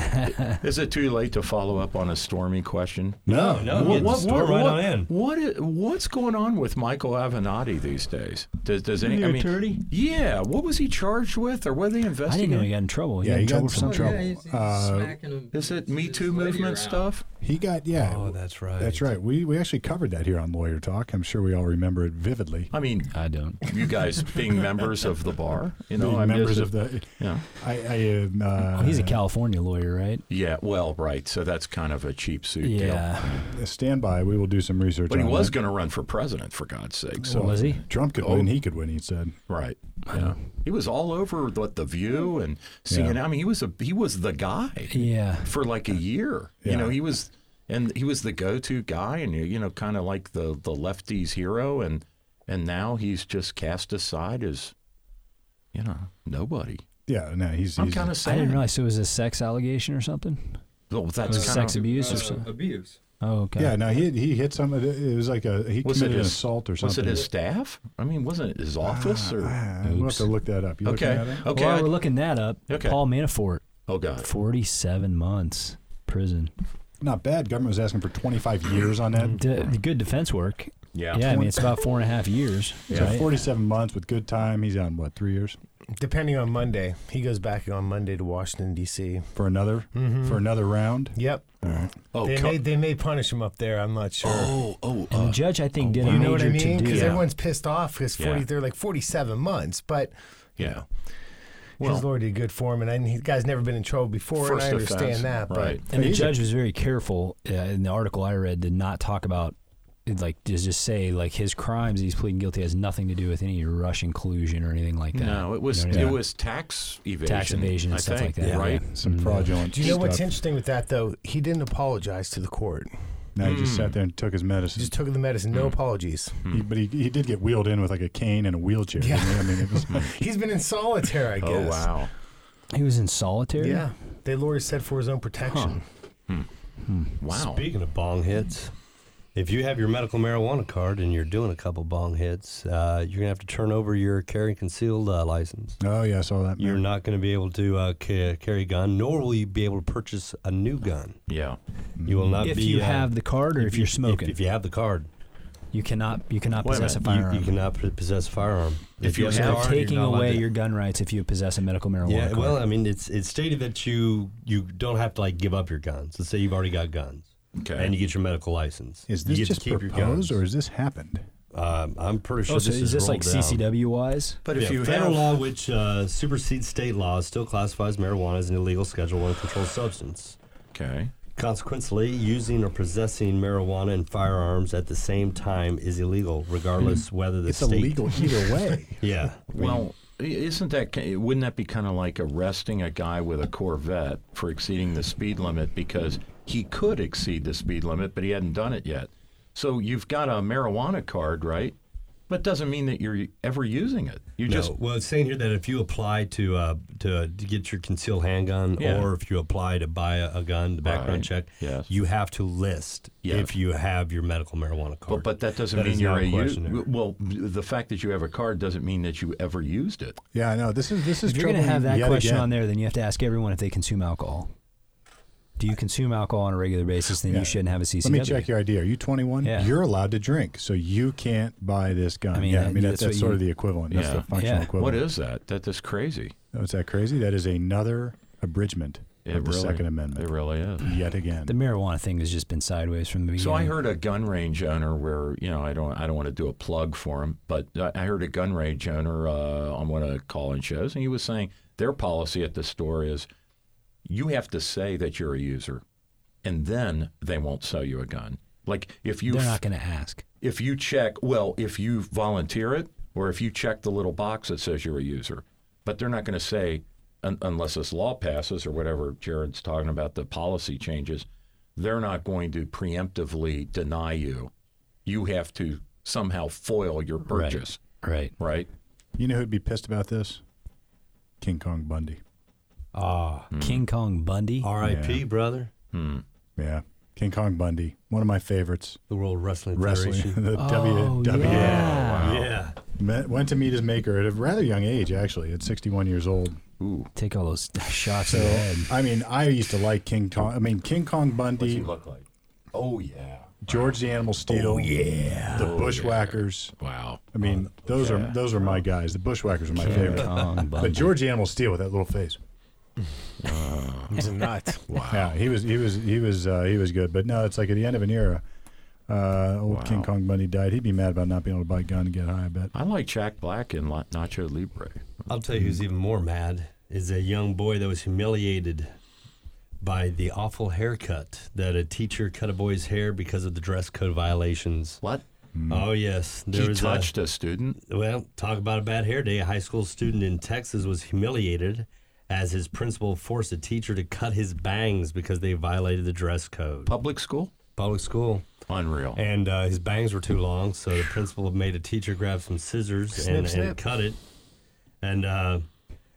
is it too late to follow up on a stormy question? No, No, what, store right on in. What i- what's going on with Michael Avenatti these days? Does does any I mean attorney? Yeah, what was he charged with or what are they I didn't investigating? know he got in trouble. He Yeah, got in he got trouble in for some something. trouble. Yeah, he's, he's Uh, smacking him. Is it his- Me his Too lady movement around. stuff? he got yeah. Oh, that's right. That's right. We we actually covered that here on Lawyer Talk. I'm sure we all remember it vividly. I mean, I don't. (laughs) you guys being members of the bar, you know, Being I'm members just- of the. yeah. I, I um, uh, Oh, he's a California lawyer, right? Yeah, well, right. So that's kind of a cheap suit deal. Yeah. stand by. We will do some research. But he on was that. going to run for president, for God's sake. So Well, was he? Trump could Oh. win. He could win. He said. Right. Yeah. He was all over what the View and CNN. I mean, he was a he was the guy Yeah. for like a year. Yeah. You know, he was and he was the go-to guy, and you know, kind of like the the lefties hero, and and now he's just cast aside as, you know, nobody. Yeah. No. He's. I'm he's kind I of sad. didn't realize it was a sex allegation or something. Well, It that's was kinda- sex abuse or Uh, something. abuse. Oh, okay. Yeah. No. He he hit some. It it was like a he Was it committed an his- assault or Was something. it his staff? I mean, wasn't it his office or? Ah, we'll have to look that up. You looking okay. at it? Okay. Well, I- we're looking that up. Okay. Paul Manafort, oh God. 47 months prison. Not bad. Government was asking for 25 years on that. D- uh, good defense work. Yeah. I mean, it's about four and a half years. So right? 47 months with good time. He's on what three years Depending on Monday, he goes back on Monday to Washington D.C. for another Mm-hmm. for another round. Yep, Oh, they co- may they may punish him up there. I'm not sure. oh, oh, And the judge, I think, did a you know what I major mean? to do. Because everyone's pissed off because Yeah. forty they're like forty seven months, but yeah. Well- his lawyer did good for him, and I, the guy's never been in trouble before, and First I understand offense, that. But right. And the he's a- judge was very careful uh, in the article I read to not talk about, like, to just say like his crimes he's pleading guilty has nothing to do with any Russian collusion or anything like that. No, it was You know what I it mean? was tax evasion, tax evasion and I stuff think, like that, right? Some fraudulent. Do you know stuff. what's interesting with that though? He didn't apologize to the court. No, he just Mm. sat there and took his He medicine. just took the medicine. No apologies. He, but he, he did get wheeled in with like a cane and a wheelchair. Yeah. didn't he? I mean, it was, He's been in solitary, I guess. Oh wow. He was in solitary. Yeah, the lawyer said for his own protection. Wow. Speaking of bong hits, if you have your medical marijuana card and you're doing a couple bong hits, uh, you're gonna have to turn over your carry concealed uh, license. oh yeah, I saw that. Hmm. You're not going to be able to uh, ca- carry a gun, nor will you be able to purchase a new gun. Yeah. You will not If be. you uh, have the card or if, you- you're smoking, If, you have the card, you cannot you cannot Wait a possess a, minute, you, firearm. you cannot p- possess a firearm. If you have the They're have card, you're taking not allowed away to- your gun rights if you possess a medical marijuana Yeah, card. well, I mean, it's it's stated that you you don't have to like give up your guns. Let's say you've already got guns, Okay. and you get your medical license. Is you this get to just keep your proposed guns. or has this happened? Um, I'm pretty sure oh, so this is, is this rolled like down. CCW wise? but if Yeah, you federal law, have which uh, supersedes state law, still classifies marijuana as an illegal Schedule One controlled substance. okay, Consequently, using or possessing marijuana and firearms at the same time is illegal, regardless Hmm. whether the It's (laughs) state. illegal either way. Yeah. well, i- isn't that ki- wouldn't that be kind of like arresting a guy with a Corvette for exceeding the speed limit because he could exceed the speed limit, but he hadn't done it yet. So you've got a marijuana card, right? But doesn't mean that you're ever using it. You just no, well, it's saying here that if you apply to uh, to, to get your concealed handgun, Yeah. or if you apply to buy a, a gun, the background Right. check, Yes. you have to list Yes. if you have your medical marijuana but, card. but that doesn't That mean is you're not a questionable. u- well. The fact that you have a card doesn't mean that you ever used it. yeah, I know. This is this is If you're going to troubling have that yet question again. on there, then you have to ask everyone if they consume alcohol. Do you consume alcohol on a regular basis? Then Yeah. you shouldn't have a CCW. Let me check your ID. Are you 21? Yeah. You're allowed to drink, so you can't buy this gun. I mean, yeah, I that- mean that's that's, what that's sort you- of the equivalent. That's Yeah. the functional Yeah. equivalent. What is that? That is crazy. Oh, is that crazy? That is another abridgment It of the really- Second It Amendment really is. yet again. The marijuana thing has just been sideways from the beginning. So I heard a gun range owner where you know I don't I don't want to do a plug for him, but I- I heard a gun range owner uh, on one of the call-in shows, and he was saying their policy at the store is you have to say that you're a user, and then they won't sell you a gun. Like if you they're f- not going to ask. if you check well if you volunteer it or if you check the little box that says you're a user, but they're not going to say un- unless this law passes or whatever Jared's talking about the policy changes they're not going to preemptively deny you. You have to somehow foil your purchase, Right. right? You know who'd be pissed about this? King Kong Bundy. Hmm. King Kong Bundy. R.I.P. Brother, Yeah. King Kong Bundy, one of my favorites. the World Wrestling, Wrestling, (laughs) Federation. the Oh, W W. yeah. Yeah. Met, went to meet his maker at a rather young age, actually, at 61 years old. Take all those (laughs) shots So, in the head. I mean, I used to like King Kong. I mean, King Kong What's he Bundy, look like? Oh yeah. George the Animal Steele, yeah. the Oh, Bushwhackers. Wow. I mean, those are those are my guys. The Bushwhackers are my favorite. Kong But Bundy. George (laughs) the Animal Steele with that little face. He's (laughs) a nut. Yeah, he was he was he was uh, he was good. But no, it's like at the end of an era. Uh, old King Kong Bundy died. He'd be mad about not being able to buy a gun and get high. I bet. I like Jack Black and La- Nacho Libre. I'll tell you who's even more mad is a young boy that was humiliated by the awful haircut that a teacher cut a boy's hair because of the dress code violations. What? Oh yes, there he was touched a, student. A, well, talk about a bad hair day. A high school student in Texas was humiliated as his principal forced a teacher to cut his bangs because they violated the dress code. Public school. Public school. Unreal. And uh, his bangs were too long, so the principal made a teacher grab some scissors and, and snip. cut it. And uh,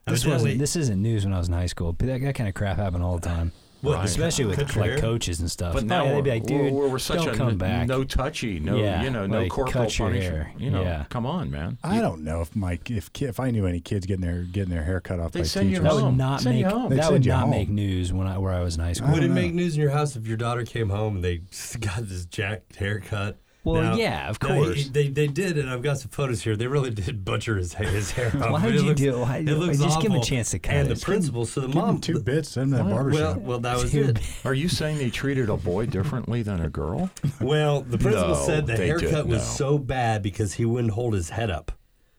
This evidently- wasn't. This isn't news when I was in high school. But that, that kind of crap happened all the time. What, Right. Especially with cut your like hair? coaches and stuff. but oh, now yeah, we're, they'd be like, we're- dude, we're, we're such don't a come n- back. no touchy, no Yeah, you know, no like, corporal cut your punishment. hair. You know, Yeah. come on, man. I don't know if my if ki- if I knew any kids getting their getting their hair cut off They by send you teachers. That home. would not Send you make home. They'd that send would you not home. make news when I where I was in high school. Would it don't make news in your house if your daughter came home and they (laughs) got this jacked haircut? Well, yeah, of now, he- course. they, they did, and I've got some photos here. They really (laughs) did butcher his, his hair. up. Why would It you looks- do- why- it looks just give him a awful. chance to cut And it. the Just principal, so the Give 'em mom. two bits, send 'em to that barbershop. well, well, that was Two it. Are you saying they treated a boy differently than a (laughs) girl? Well, the principal No, said the they haircut didn't, was no. so bad because he wouldn't hold his head up.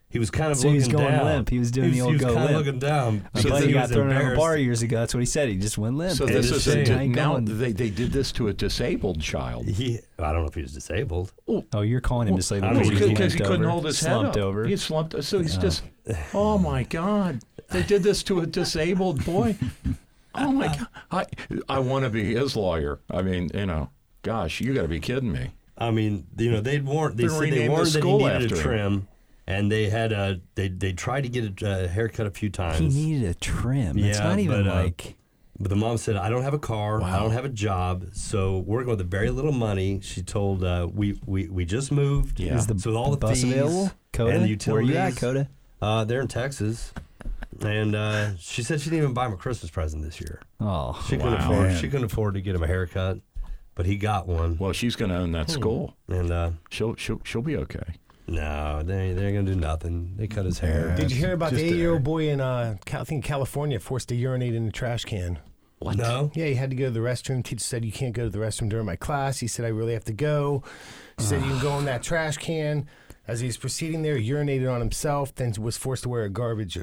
He was kind of So he looking was going down. limp. He was doing he the was, old he was go kinda limp. looking down. My because buddy he got was thrown out of a embarrassed. bar years ago. That's what he said. He just went limp. So And this it's is just a, shame. ain't di- now going. they, they did this to a disabled child. He, I don't know if he was disabled. Oh, you're calling him disabled I mean, because he he, could- limped because he couldn't over, hold his head slumped up. over. He slumped. So he's just, oh my God, they did this to a (laughs) disabled boy. Oh my God, I I want to be his lawyer. I mean, you know, gosh, you got to be kidding me. I mean, you know, they'd warned. They They said they renamed the warned that he school needed a after him. trim, and they had a they they tried to get a uh, haircut a few he times. needed a trim. it's Yeah, not even but, uh, like But the mom said, "I don't have a car. I don't have a job, so we're going with very little money." She told, uh, "We we we just moved. Yeah. Is the so with all the bus fees available. Coda, and the where utilities. you at, Coda? Uh, they're in Texas, and uh, she said she didn't even buy him a Christmas present this year. Oh, She couldn't Wow. afford. Man. She couldn't afford to get him a haircut, but he got one. Well, she's going to own Hmm. that school. And uh, She'll she'll she'll be okay. no, they they're gonna do nothing. They cut his hair. Yeah. Did you hear about the Just a- eight-year-old boy in uh, Cal- I think California forced to urinate in a trash can? What? No. Yeah, he had to go to the restroom. Teacher said you can't go to the restroom during my class. He said I really have to go. He said you can go in that trash can. As he was proceeding there, he urinated on himself, then was forced to wear a garbage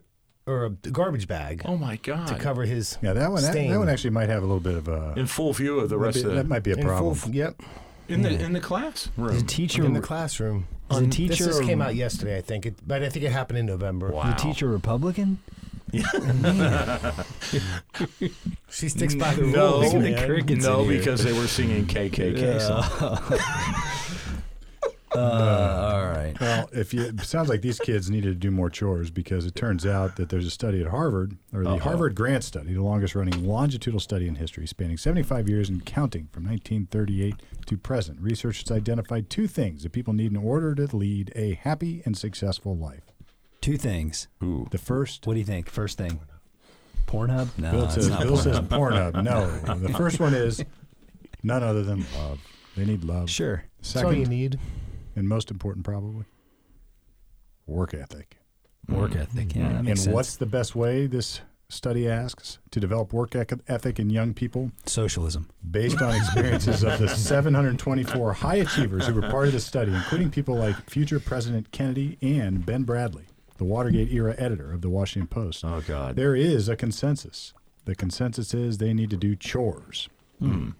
or a garbage bag Oh my to God. cover his Yeah, that one. That, stain. that one actually might have a little bit of a. in full view of the Might rest be, of that the, might be a in full problem. f- yep, in the in the classroom. is a teacher? in the classroom. Is a This teacher? just came out yesterday, I think, it, but I think it happened in November. Wow. Is a teacher Republican? She sticks by the No, rules. man. man. crickets no, in here. because they were singing KKK songs. Uh, all right. Well, if you it sounds like these kids needed to do more chores because it turns out that there's a study at Harvard, or the Harvard Grant Study, the longest running longitudinal study in history, spanning 75 years and counting from 1938 to present. Researchers identified two things that people need in order to lead a happy and successful life. Two things. Ooh. The first, What do you think? First thing. Pornhub? No, Bill it's says, not Bill Pornhub. says Pornhub. No, the first one is none other than love. They need love. Sure. That's all you Second, need. and most important, probably work ethic. Work ethic. Yeah, that Mm-hmm. and makes what's sense. the best way this study asks to develop work ec- ethic in young people Socialism. based on experiences of the 724 high achievers who were part of the study including people like future president kennedy and ben bradley the watergate era editor of the washington post Uh, Oh God. there is a consensus the consensus is they need to do chores Hmm.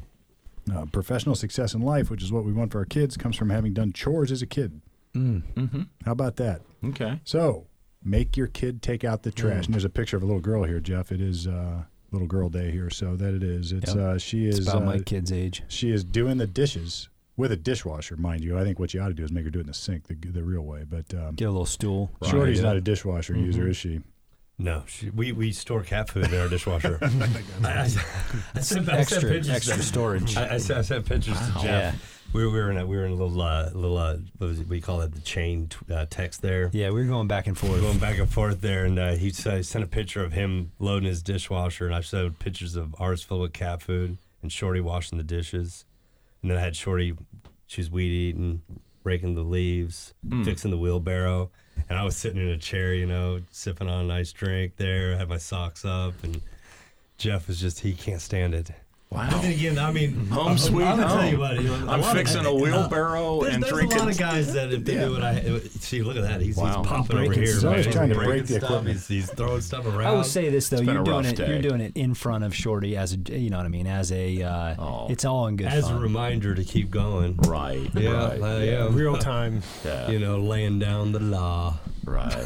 uh, professional success in life which is what we want for our kids comes from having done chores as a kid Mm-hmm. how about that Hmm. okay. so make your kid take out Hmm. the trash. And there's a picture of a little girl here, Jeff. It is uh, little girl day here, so that it is. It's Yep. uh, she It's is about uh, my kid's age. she is doing the dishes with a dishwasher, mind you. I think what you ought to do is make her do it in the sink the, the real way. But um, Get a little stool. Shorty's not a dishwasher Mm-hmm. user, is she? No, she, we we store cat food in our dishwasher. I, I, I sent, I sent Extra, pictures. extra to- storage. (laughs) I, I sent, I sent pictures to Jeff. Yeah. We, were- we were in a we were in a little uh, little uh, what was it, we call it the chain t- uh, text there. Yeah, we were going back and forth. Going back and forth there, and uh, he s- I sent a picture of him loading his dishwasher, and I showed pictures of ours filled with cat food and Shorty washing the dishes, and then I had Shorty, she was weed eating, raking the leaves, Hmm. fixing the wheelbarrow, and I was sitting in a chair, you know, sipping on a nice drink there. I had my socks up, and Jeff was just he can't stand it. But then Wow. again, I mean, Home I'm, sweet I'm gonna home. Tell you what, you know, I'm lot of- fixing a wheelbarrow there's, and there's drinking. a lot of guys that if they do what I uh, see, look at that. He's, Wow. he's popping over Breaking here. stuff. man. He's trying to breaking break the stuff. equipment. He's, he's throwing stuff around. I would say this though, been you're a doing rough it. You're day. doing it in front of Shorty as a, you know what I mean, as a. Uh, Oh. It's all in good as a fun. reminder to keep going. (laughs) Right. Yeah, Right. uh, yeah. yeah. (laughs) Real time. yeah, You know, laying down the law. Right. (laughs)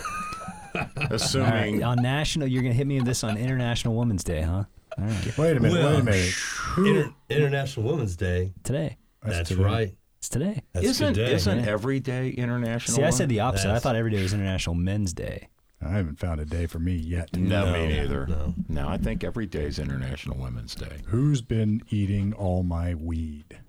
All right, Assuming. on national, you're gonna hit me with this on International Women's Day, huh? All right, Wait a minute. Well, wait a minute. Who, Inter- International Women's Day. today. That's, today. right. It's today. That's Isn't today. isn't every day international? See, I said the opposite. I That's- thought every day was International Men's Day. I haven't found a day for me yet. No, me No, neither. no. no, I think every day is International Women's Day. Who's been eating all my weed?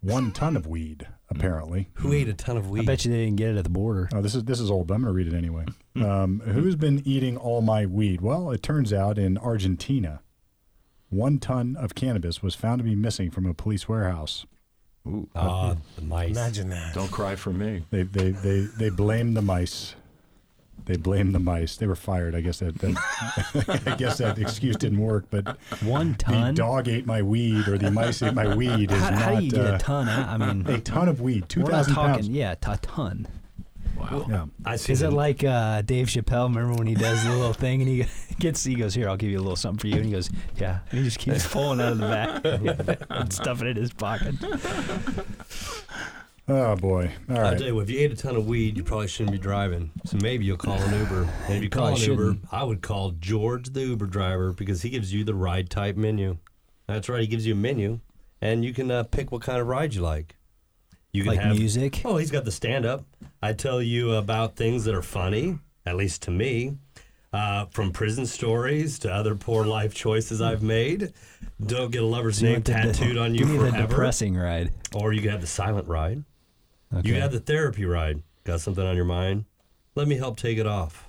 One ton of weed, apparently. Who ate a ton of I weed? bet you they didn't get it at the border. Oh, this is this is old, but I'm going to read it anyway. Um, who's been eating all my weed? Well, it turns out in Argentina, one ton of cannabis was found to be missing from a police warehouse. Ooh, Ah, the mice. Imagine that. don't cry for me. They they they they blamed the mice. They blamed the mice. They were fired. I guess that, that (laughs) I guess that excuse didn't work. But One the ton. dog ate my weed, or the mice ate my weed is how, not how do you get uh, a ton? out? I mean, a ton of weed, two we're not thousand talking. pounds. Yeah, t- a ton. Wow. Yeah. I see. Is it them. like uh, Dave Chappelle? Remember when he does the little thing and he (laughs) gets, he goes, Here, I'll give you a little something for you. And he goes, Yeah. And he just keeps pulling out of the back (laughs) and stuffing it in his pocket. Oh boy. All I right. tell you what, if you ate a ton of weed, you probably shouldn't be driving. So maybe you'll call an (sighs) Uber. And if you call an Probably Uber, shouldn't. I would call George the Uber driver because he gives you the ride type menu. That's right, he gives you a menu, and you can uh, pick what kind of ride you like. You can Like have music? Oh, he's got the stand up. I tell you about things that are funny, at least to me, uh, from prison stories to other poor life choices I've made. Don't get a lover's name want the de- tattooed on (laughs) you Give me the forever. depressing ride. Or you can have the silent ride. You Okay. got the therapy ride. Got something on your mind? Let me help take it off.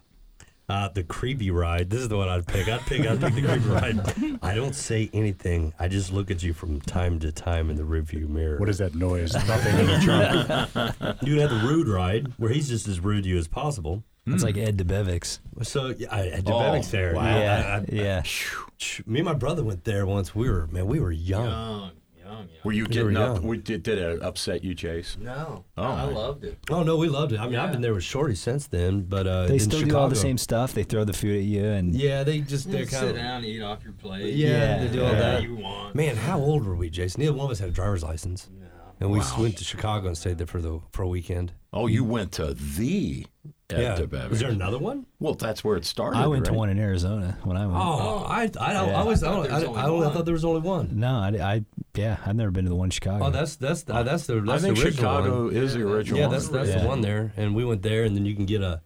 Uh, the creepy ride. This is the one I'd pick. I'd pick. I'd pick (laughs) the creepy ride. I don't say anything. I just look at you from time to time in the rearview mirror. What is that noise? Nothing in (laughs) the trunk. You'd have the rude ride, where he's just as rude to you as possible. It's like Ed DeBevick's. So yeah, I, I did Oh, Bevix there. wow. I- yeah. I- yeah. sh- me and my brother went there once. We were man, we were young. Young, young, young. Were you Here we getting up? go. We did, did it upset you, Chase? No, Oh, I my. loved it. Oh no, we loved it. I mean, I've Yeah. been there with Shorty since then, but uh, They in still do all the Chicago- same stuff. They throw the food at you and Yeah, they just They they're sit kind of down, eat off your plate. Yeah, Yeah. they do all Yeah, that. you want. Man, how old were we, Jason? Neither one of us had a driver's license, and we just went to Chicago and stayed there for the for a weekend. Oh, you went to the Ed DeBevick. Is there another one? well, that's where it started. I went to right? one in Arizona when I went. Mm-hmm. Oh, I I, I always I, I thought don't- I, don't- there was only I, only- I one. thought there was only one. No, I, I yeah, I've never been to the one in Chicago. Oh, that's that's the, that's the I that's think the original Chicago one. is the original. Yeah, one. that's that's the one there, and we went there, and then you can get a,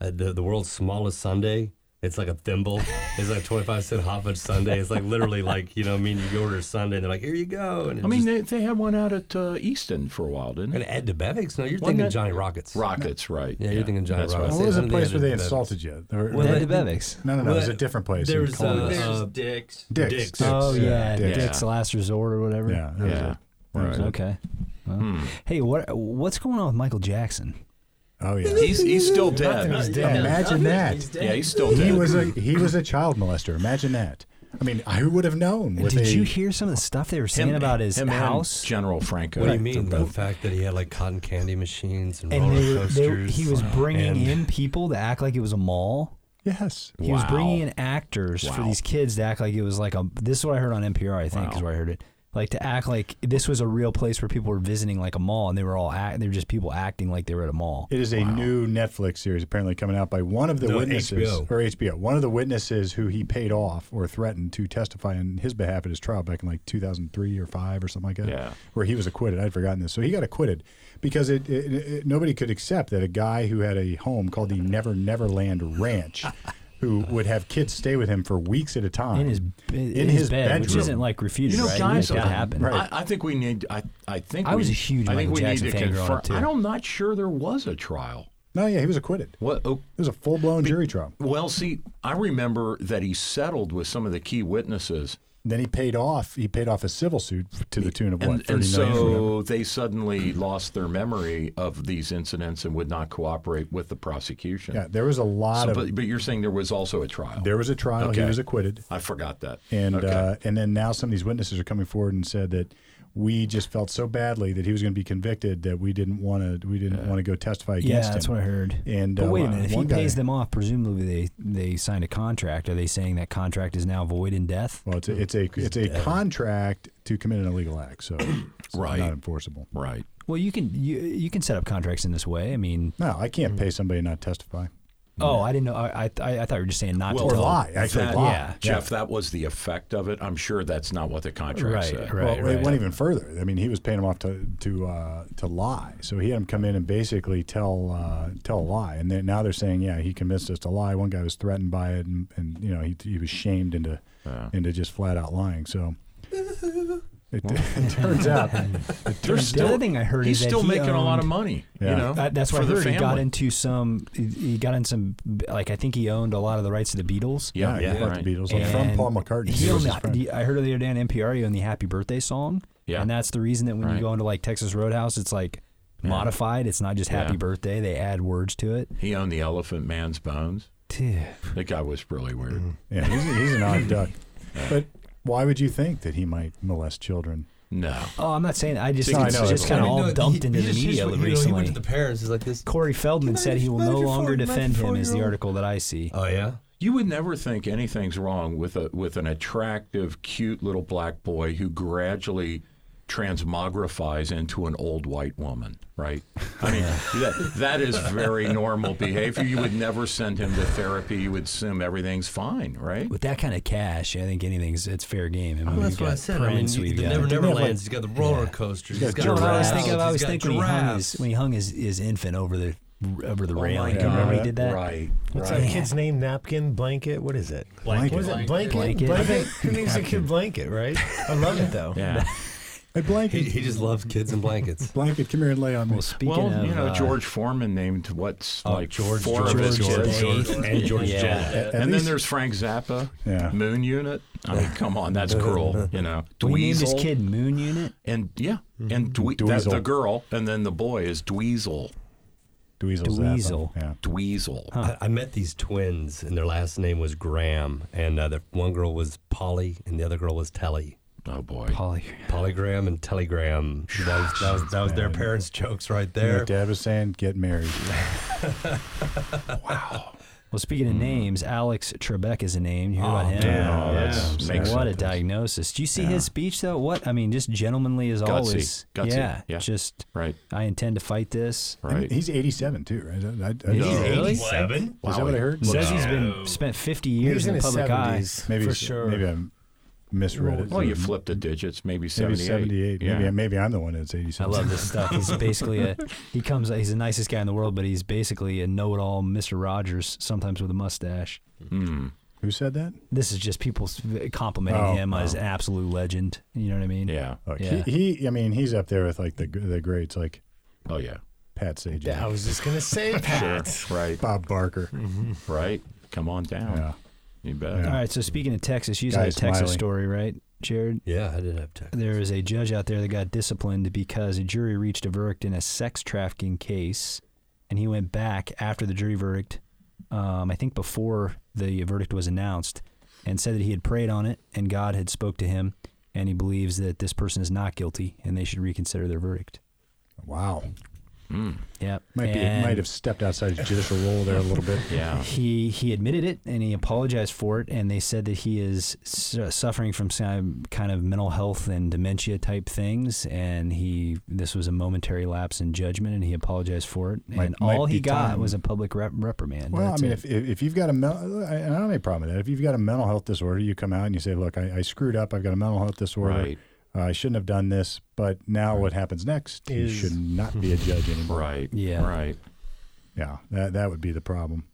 a the the world's smallest Sunday. It's like a thimble. It's like twenty five cent hot fudge Sunday. It's like literally like you know, I mean, you order a Sunday, and they're like, here you go. And I mean, they, they had one out at uh, Easton for a while, didn't they? and Ed DeBevick's. No, you're Wasn't thinking it- Johnny Rockets. Rockets, right? Yeah, you're thinking Johnny that's Rockets. What was Say the something place to where the they other- insulted you? Or- Well, Ed they- DeBevick's. no, no, no. It was a well, different place. in there's, Columbus. There's Uh, dicks. Dick's. Dick's. Uh, Dick's, Oh yeah, Dick's. Dick's Last Resort or whatever. Yeah. that What, was yeah. it. Right. Hmm. Okay. Well, Hey, what what's going on with Michael Jackson? Oh yeah. He's, he's still dead. He's Yeah, dead. Imagine that. He's dead. Yeah, he's still dead. He was a he was a child molester. Imagine that. I mean, I would have known. With Did a, you hear some of the stuff they were saying about his him and house? General Franco. What do you mean? The fact that he had like cotton candy machines and, and they roller were, they, coasters. he was bringing and- (laughs) in people to act like it was a mall. Yes. He was Wow. bringing in actors for Wow. these kids to act like it was like a. This is what I heard on NPR. I think is Wow. where I heard it. Like to act like this was a real place where people were visiting, like a mall, and they were all act. They were just people acting like they were at a mall. It is a new Netflix series apparently coming out by one of the No, witnesses HBO. or HBO. One of the witnesses who he paid off or threatened to testify in his behalf at his trial back in like 2003 or 5 or something like that. Yeah. Where he was acquitted. I'd forgotten this. So he got acquitted because it, it, it nobody could accept that a guy who had a home called the Never Neverland (laughs) Ranch who would have kids stay with him for weeks at a time. in his in, In his, his bed, which bedroom. isn't like refuted, You know, right? guys, that I- happened. Right. I, I think we need. I, I think I we- was a huge I think Michael we Jackson need to fan growing confirm. up, too. I am not sure there was a trial. no, yeah, he was acquitted. What? Oh, It was a full-blown jury trial. well, see, I remember that he settled with some of the key witnesses, Then he paid off. He paid off a civil suit f- to the tune of what and, and thirty million. or whatever. so they suddenly lost their memory of these incidents and would not cooperate with the prosecution. yeah, there was a lot So, of. but, but you're saying there was also a trial. there was a trial. He Okay. was acquitted, I forgot that. and Okay. uh, and then now some of these witnesses are coming forward and said that we just felt so badly that he was going to be convicted that we didn't want to we didn't want to go testify Yeah, against him. that's what I heard. And but uh, wait a minute, if he one guy- pays them off, presumably they they signed a contract. Are they saying that contract is now void in death? Well, it's a it's a it's a contract to commit an illegal act, (clears throat) so it's Right. not enforceable. right. Well, you can you, you can set up contracts in this way. I mean, No, I can't Hmm. pay somebody and not testify oh, I didn't know. I I, I thought you were just saying not Well, to or tell. lie. Actually, That- lie. yeah. Jeff, that was the effect of it. I'm sure that's not what the contract Right, said. right. Well, it went even further. I mean, he was paying him off to to uh, to lie. So he had him come in and basically tell uh, tell a lie. And then now they're saying, yeah, he convinced us to lie. One guy was threatened by it, and, and you know he, he was shamed into into just flat out lying. So it, (laughs) it turns out it They're turns The other thing I heard he's is that still he making a lot of owned- money. Yeah. You know, That, that's why I for the heard he got family. into some. He he got in some. Like I think he owned a lot of the rights to the Beatles. yeah, yeah, Yeah, yeah, about right. the Beatles like, from And Paul McCartney. He He was owned his the, friend. the- I heard the other day on NPR he owned the Happy Birthday song. Yeah. And that's the reason that when you Right. go into like Texas Roadhouse, it's like modified. It's not just Happy Yeah. Birthday. They add words to it. He owned the Elephant Man's bones. Dude. That guy was really weird. Mm-hmm. yeah, he's, he's an odd duck. But why would you think that he might molest children? No. Oh, I'm not saying I just No, think I it's know just kind of everyone. all dumped into the media He recently. went to the parents. He's like this. Corey Feldman Can I said he just will manage no your longer four- manage defend your him, is the four-year-old? article that I see. Oh yeah. You would never think anything's wrong with a with an attractive, cute little black boy who gradually transmogrifies into an old white woman, right? I mean, that, that is very normal behavior. You would never send him to therapy. You would assume everything's fine, right? With that kind of cash, I think anything's it's fair game. I mean, Well, we've that's what got I said. I mean, Prince, the we've Never got- Never Lands. He's got the roller coaster. He's got, You know what I always giraffes, think of? I he's always got think when he hung his giraffes. when he hung his, his infant over the over the railing. Yeah, You remember he God. did that? Right. What's right. that kid's name? Napkin, blanket. What is it? Blanket. What is it? Blanket. Blanket. Blanket. Who names a kid blanket? Right. I love it though. (laughs) Yeah. Hey, He, blanket, he just loves kids (laughs) and blankets. blanket, come here and lay on me. Well, speaking Well, of you know, uh, George Foreman named what's Oh, like George, four George, of his George, kids. George, and George Yeah. Jett. At And then least- there's Frank Zappa, Yeah. Moon Unit. I mean, come (laughs) on, that's cruel, you know. when he named his Dweezil. kid Moon Unit. And yeah, and Dwe- that's Mm-hmm. Dweezil. the girl, and then the boy is Dweezil. Dweezil's Dweezil. Yeah. Dweezil. I, I met these twins, and their last name was Graham, and uh, the one girl was Polly, and the other girl was Telly. Oh boy. Polly. Polygram and Telegram. That was, that was, that was their parents' jokes right there. Like Dad was saying, get married. Well, speaking of names, Alex Trebek is a name. You hear about him? Hmm. Oh, that's Yeah. makes what a diagnosis! Do you see his speech though? What I mean, just gentlemanly as always. Gutsy, Yeah, yeah. Just right, I intend to fight this. right. And he's 87 too, right? I, I, I, He's is eighty. Really? Seven. that what I heard? Says he's been spent 50 years He's in in the his public eye. seventies Maybe for it's- sure. Maybe I misread it. Mm-hmm. Well, you flip the digits, maybe Maybe 78. 78. Maybe, maybe I'm the one that's I 87. love this stuff. (laughs) He's basically a he comes he's the nicest guy in the world, but he's basically a know-it-all Mr. Rogers, sometimes with a mustache. Mm. Who said that? This is just people s- complimenting Oh, him as an absolute legend. You know what I mean? yeah. Like, Yeah. Oh, He, he, I mean, he's up there with like the the greats, like Oh yeah. (laughs) Pat Sajak, Yeah, I was just gonna say Sure. Pat. right. Bob Barker. Right. Come on down. Yeah. You bet. Yeah. All right, so speaking of Texas, you Guy had a Texas Smiley. story, right, Jared? Yeah, I did have text. There is a judge out there that got disciplined because a jury reached a verdict in a sex trafficking case, and he went back after the jury verdict, um, I think before the verdict was announced, and said that he had prayed on it and God had spoke to him, and he believes that this person is not guilty and they should reconsider their verdict. Wow. Yep. Might be. And Might have stepped outside his judicial role there a little bit. (laughs) Yeah. He he admitted it and he apologized for it, and they said that he is su- suffering from some kind of mental health and dementia type things, and he this was a momentary lapse in judgment, and he apologized for it, Might- and might all he be got time. was a public rep- reprimand. Well, I That's mean, it. if, if if you've got a mental, I I don't have any problem with that. If you've got a mental health disorder, you come out and you say, "Look, I, I screwed up. I've got a mental health disorder. Right. Uh, I shouldn't have done this." But now, what happens next? Is- you should not be a judge (laughs) anymore. Right. Yeah. Right. Yeah, that that would be the problem.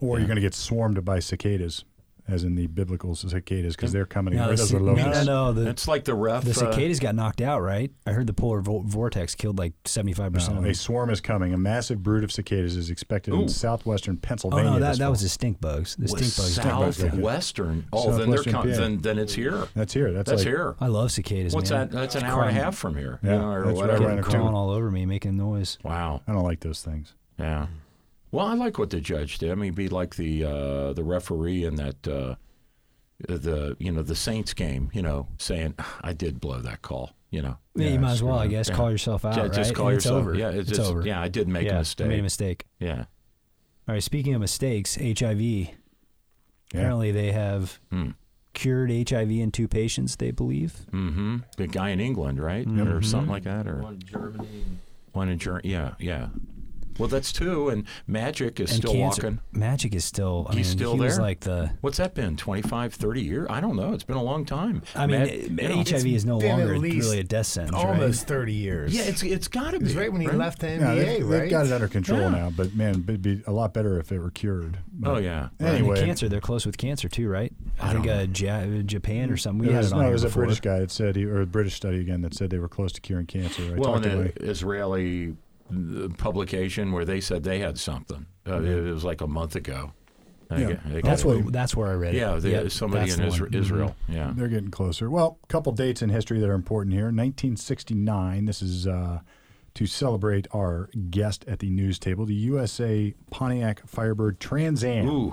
Or you're going to get swarmed by cicadas, as in the biblical cicadas, because they're coming. no, Where the those ci- are no, no, locusts. no, the, It's like the ref. the uh, cicadas got knocked out, right? I heard the polar vo- vortex killed like seventy five percent No, of them. a swarm is coming. A massive brood of cicadas is expected in Ooh. southwestern Oh Pennsylvania. no, that, this that fall. was the stink bugs. The stink was bugs. southwestern. Oh, then they're Southwestern com- PA. then then it's here. that's here. That's, That's like, here. I love cicadas. What's man. that? That's an hour and a half from here. you Yeah, know, or that's right whatever. around Getting Two. crawling all over me, making noise. Wow. I don't like those things. Yeah. Well, I like what the judge did. I mean, be like the uh, the referee in that uh, the you know the Saints game. You know, saying I did blow that call. You know, Yeah, you might as well, I guess, Yeah. call yourself out. Ju- right? just call And yourself. It's over. Yeah, it's, it's, just- over. Yeah, I did make Yeah, a I mistake. Made a mistake. yeah. All right. Speaking of mistakes, HIV. Apparently, they have Hmm. cured HIV in two patients. They believe. Mm-hmm. The guy in England, right, Mm-hmm. or something like that, or One Germany. one in Germany. Yeah, yeah. Well, that's two, and Magic is And still cancer- walking. Magic is still. I He's mean, still he Was there? like the. What's that been? 25, 30 years? I don't know. It's been a long time. I mean, Mag- it- you know. HIV is no been at longer least really a death sentence. right? Almost thirty years. yeah, it's it's got to It be was right when he left the Yeah, NBA, they've, right? they've got it under control Yeah. now. But man, it'd be a lot better if it were cured. Oh yeah. And the Anyway, cancer. They're close with cancer too, right? I, I think don't uh, ja- Japan or something. We There had was, it on no, here it was a before. British guy that said, he, or a British study again that said they were close to curing cancer. I well, uh, talked in to an my- Israeli uh, publication where they said they had something. Uh, It it was like a month ago. I Yeah. get- I got That's it. what. That's where I read it. Yeah, they, Yep, somebody that's in the one. Mm-hmm. Isra- Israel. Yeah. They're getting closer. Well, a couple dates in history that are important here. 1969. This is uh, to celebrate our guest at the news table, the USA Pontiac Firebird Trans Am. Ooh,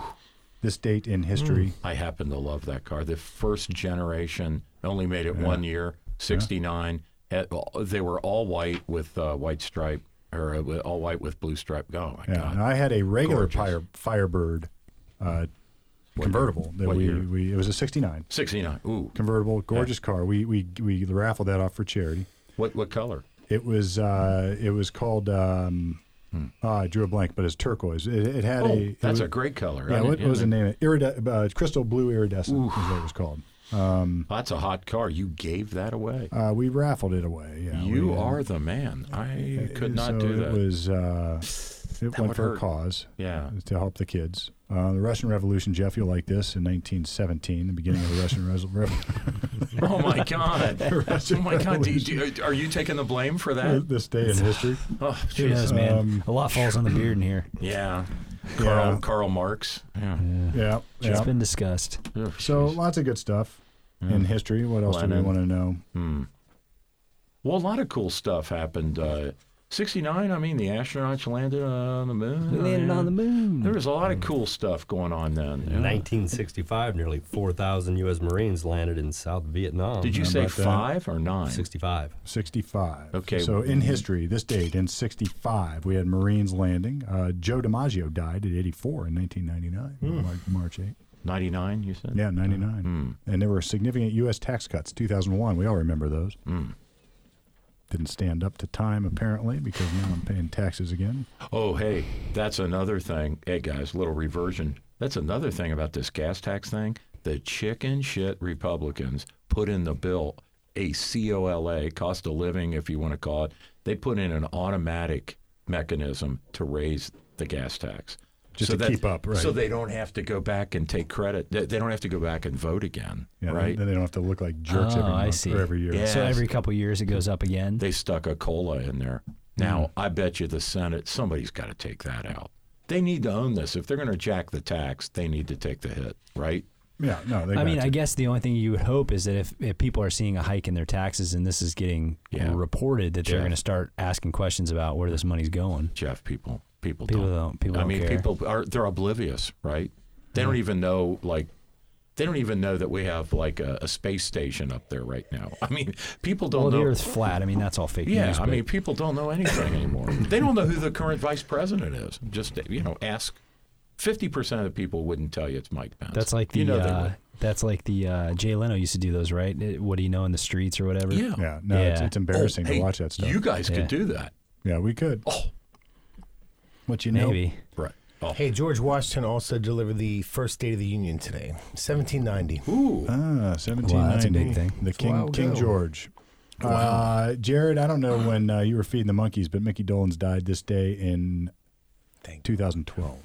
Mm. This date in history. I happen to love that car. The first generation only made it one year. 69. At- They were all white with uh, white stripe, or uh, with- all white with blue stripe. Oh, my Yeah, God. and I had a regular Gorgeous. Fire, Firebird uh, convertible that What we, year? we it was a '69 69. Ooh. convertible, gorgeous car. We we we raffled that off for charity. What, what color? It was uh, it was called. Um, oh, I drew a blank, but it's turquoise. It, it had Hmm. Oh, a. it that's was- a great color. I Yeah, what didn't- was the name? Of it? Iride- uh, crystal blue iridescent is what it was called. That's a hot car. You gave that away. Uh, we raffled it away. Yeah, you we, uh, are the man. I could so not do that. It was uh, it That went would for hurt. a cause. (laughs) yeah. (laughs) to help the kids. Uh, the Russian Revolution, Jeff, you'll like this in 1917, the beginning of the Russian (laughs) Revolution. Oh my (laughs) God. oh Russian my God. Do you, do you- are you taking the blame for (laughs) that? this day in (laughs) history. Oh, Who jeez. knows, man? Um, a lot falls on the beard in here. Yeah. Carl, Yeah, Karl Marx. Yeah. yeah, It's yeah. been discussed. Ugh, So jeez. lots of good stuff in history. What else do we Lenin. want to know? Hmm. well, a lot of cool stuff happened. Uh, 69, I mean, the astronauts landed on the moon. We landed on the moon. There was a lot of cool stuff going on then. In 1965, nearly 4,000 U.S. Marines landed in South Vietnam. Did you How say about that? five or nine? 65. 65. Okay. So in history, this date in 65, we had Marines landing. Uh, Joe DiMaggio died at 84 in Hmm. 1999, Mar- March 8. 99, you said? Yeah, 99. And there were significant U.S. tax cuts, 2001. We all remember those. Hmm. Didn't stand up to time, apparently, because now I'm paying taxes again. Oh, hey, that's another thing. Hey, guys, little reversion. That's another thing about this gas tax thing. The chicken shit Republicans put in the bill a COLA, cost of living, if you want to call it. They put in an automatic mechanism to raise the gas tax. Just to that- keep up, right. So they don't have to go back and take credit. They, they don't have to go back and vote again, Yeah, right? Then they don't have to look like jerks Oh, every I month see. or every year. Yeah. So Yes. every couple years it goes up again. they stuck a cola in there. Mm. Now, I bet you the Senate, somebody's got to take that out. They need to own this. If they're going to jack the tax, they need to take the hit, right? Yeah, no, they I got mean, to. I guess the only thing you would hope is that if, if people are seeing a hike in their taxes and this is getting Yeah. reported, that they're Sure. going to start asking questions about where this money's going. Jeff, people, people, People don't. don't- people I don't mean, care. people are they're oblivious, right? They don't even know like. They don't even know that we have like a, a space station up there right now. (laughs) I mean, people don't Well, know. the Earth's flat. I mean, that's all fake yeah, news. I but- mean, people don't know anything (laughs) anymore. they don't know who the current vice president is. Just you know, ask. Fifty percent of the people wouldn't tell you it's Mike Pence. that's like the you know they uh, would. that's like the uh, Jay Leno used to do those, right? It- What do you know in the streets or whatever? Yeah. yeah, no, It's, Yeah. it's embarrassing Oh, hey, to watch that stuff. You guys Yeah. could do that. yeah, we could. Oh, What you know? maybe. right. Oh. Hey, George Washington also delivered the first State of the Union today, 1790. Ooh. Ah, 1790. big thing. The a while King King ago. George. Uh, Jared, I don't know when uh, you were feeding the monkeys, but Mickey Dolenz died this day in Thank 2012.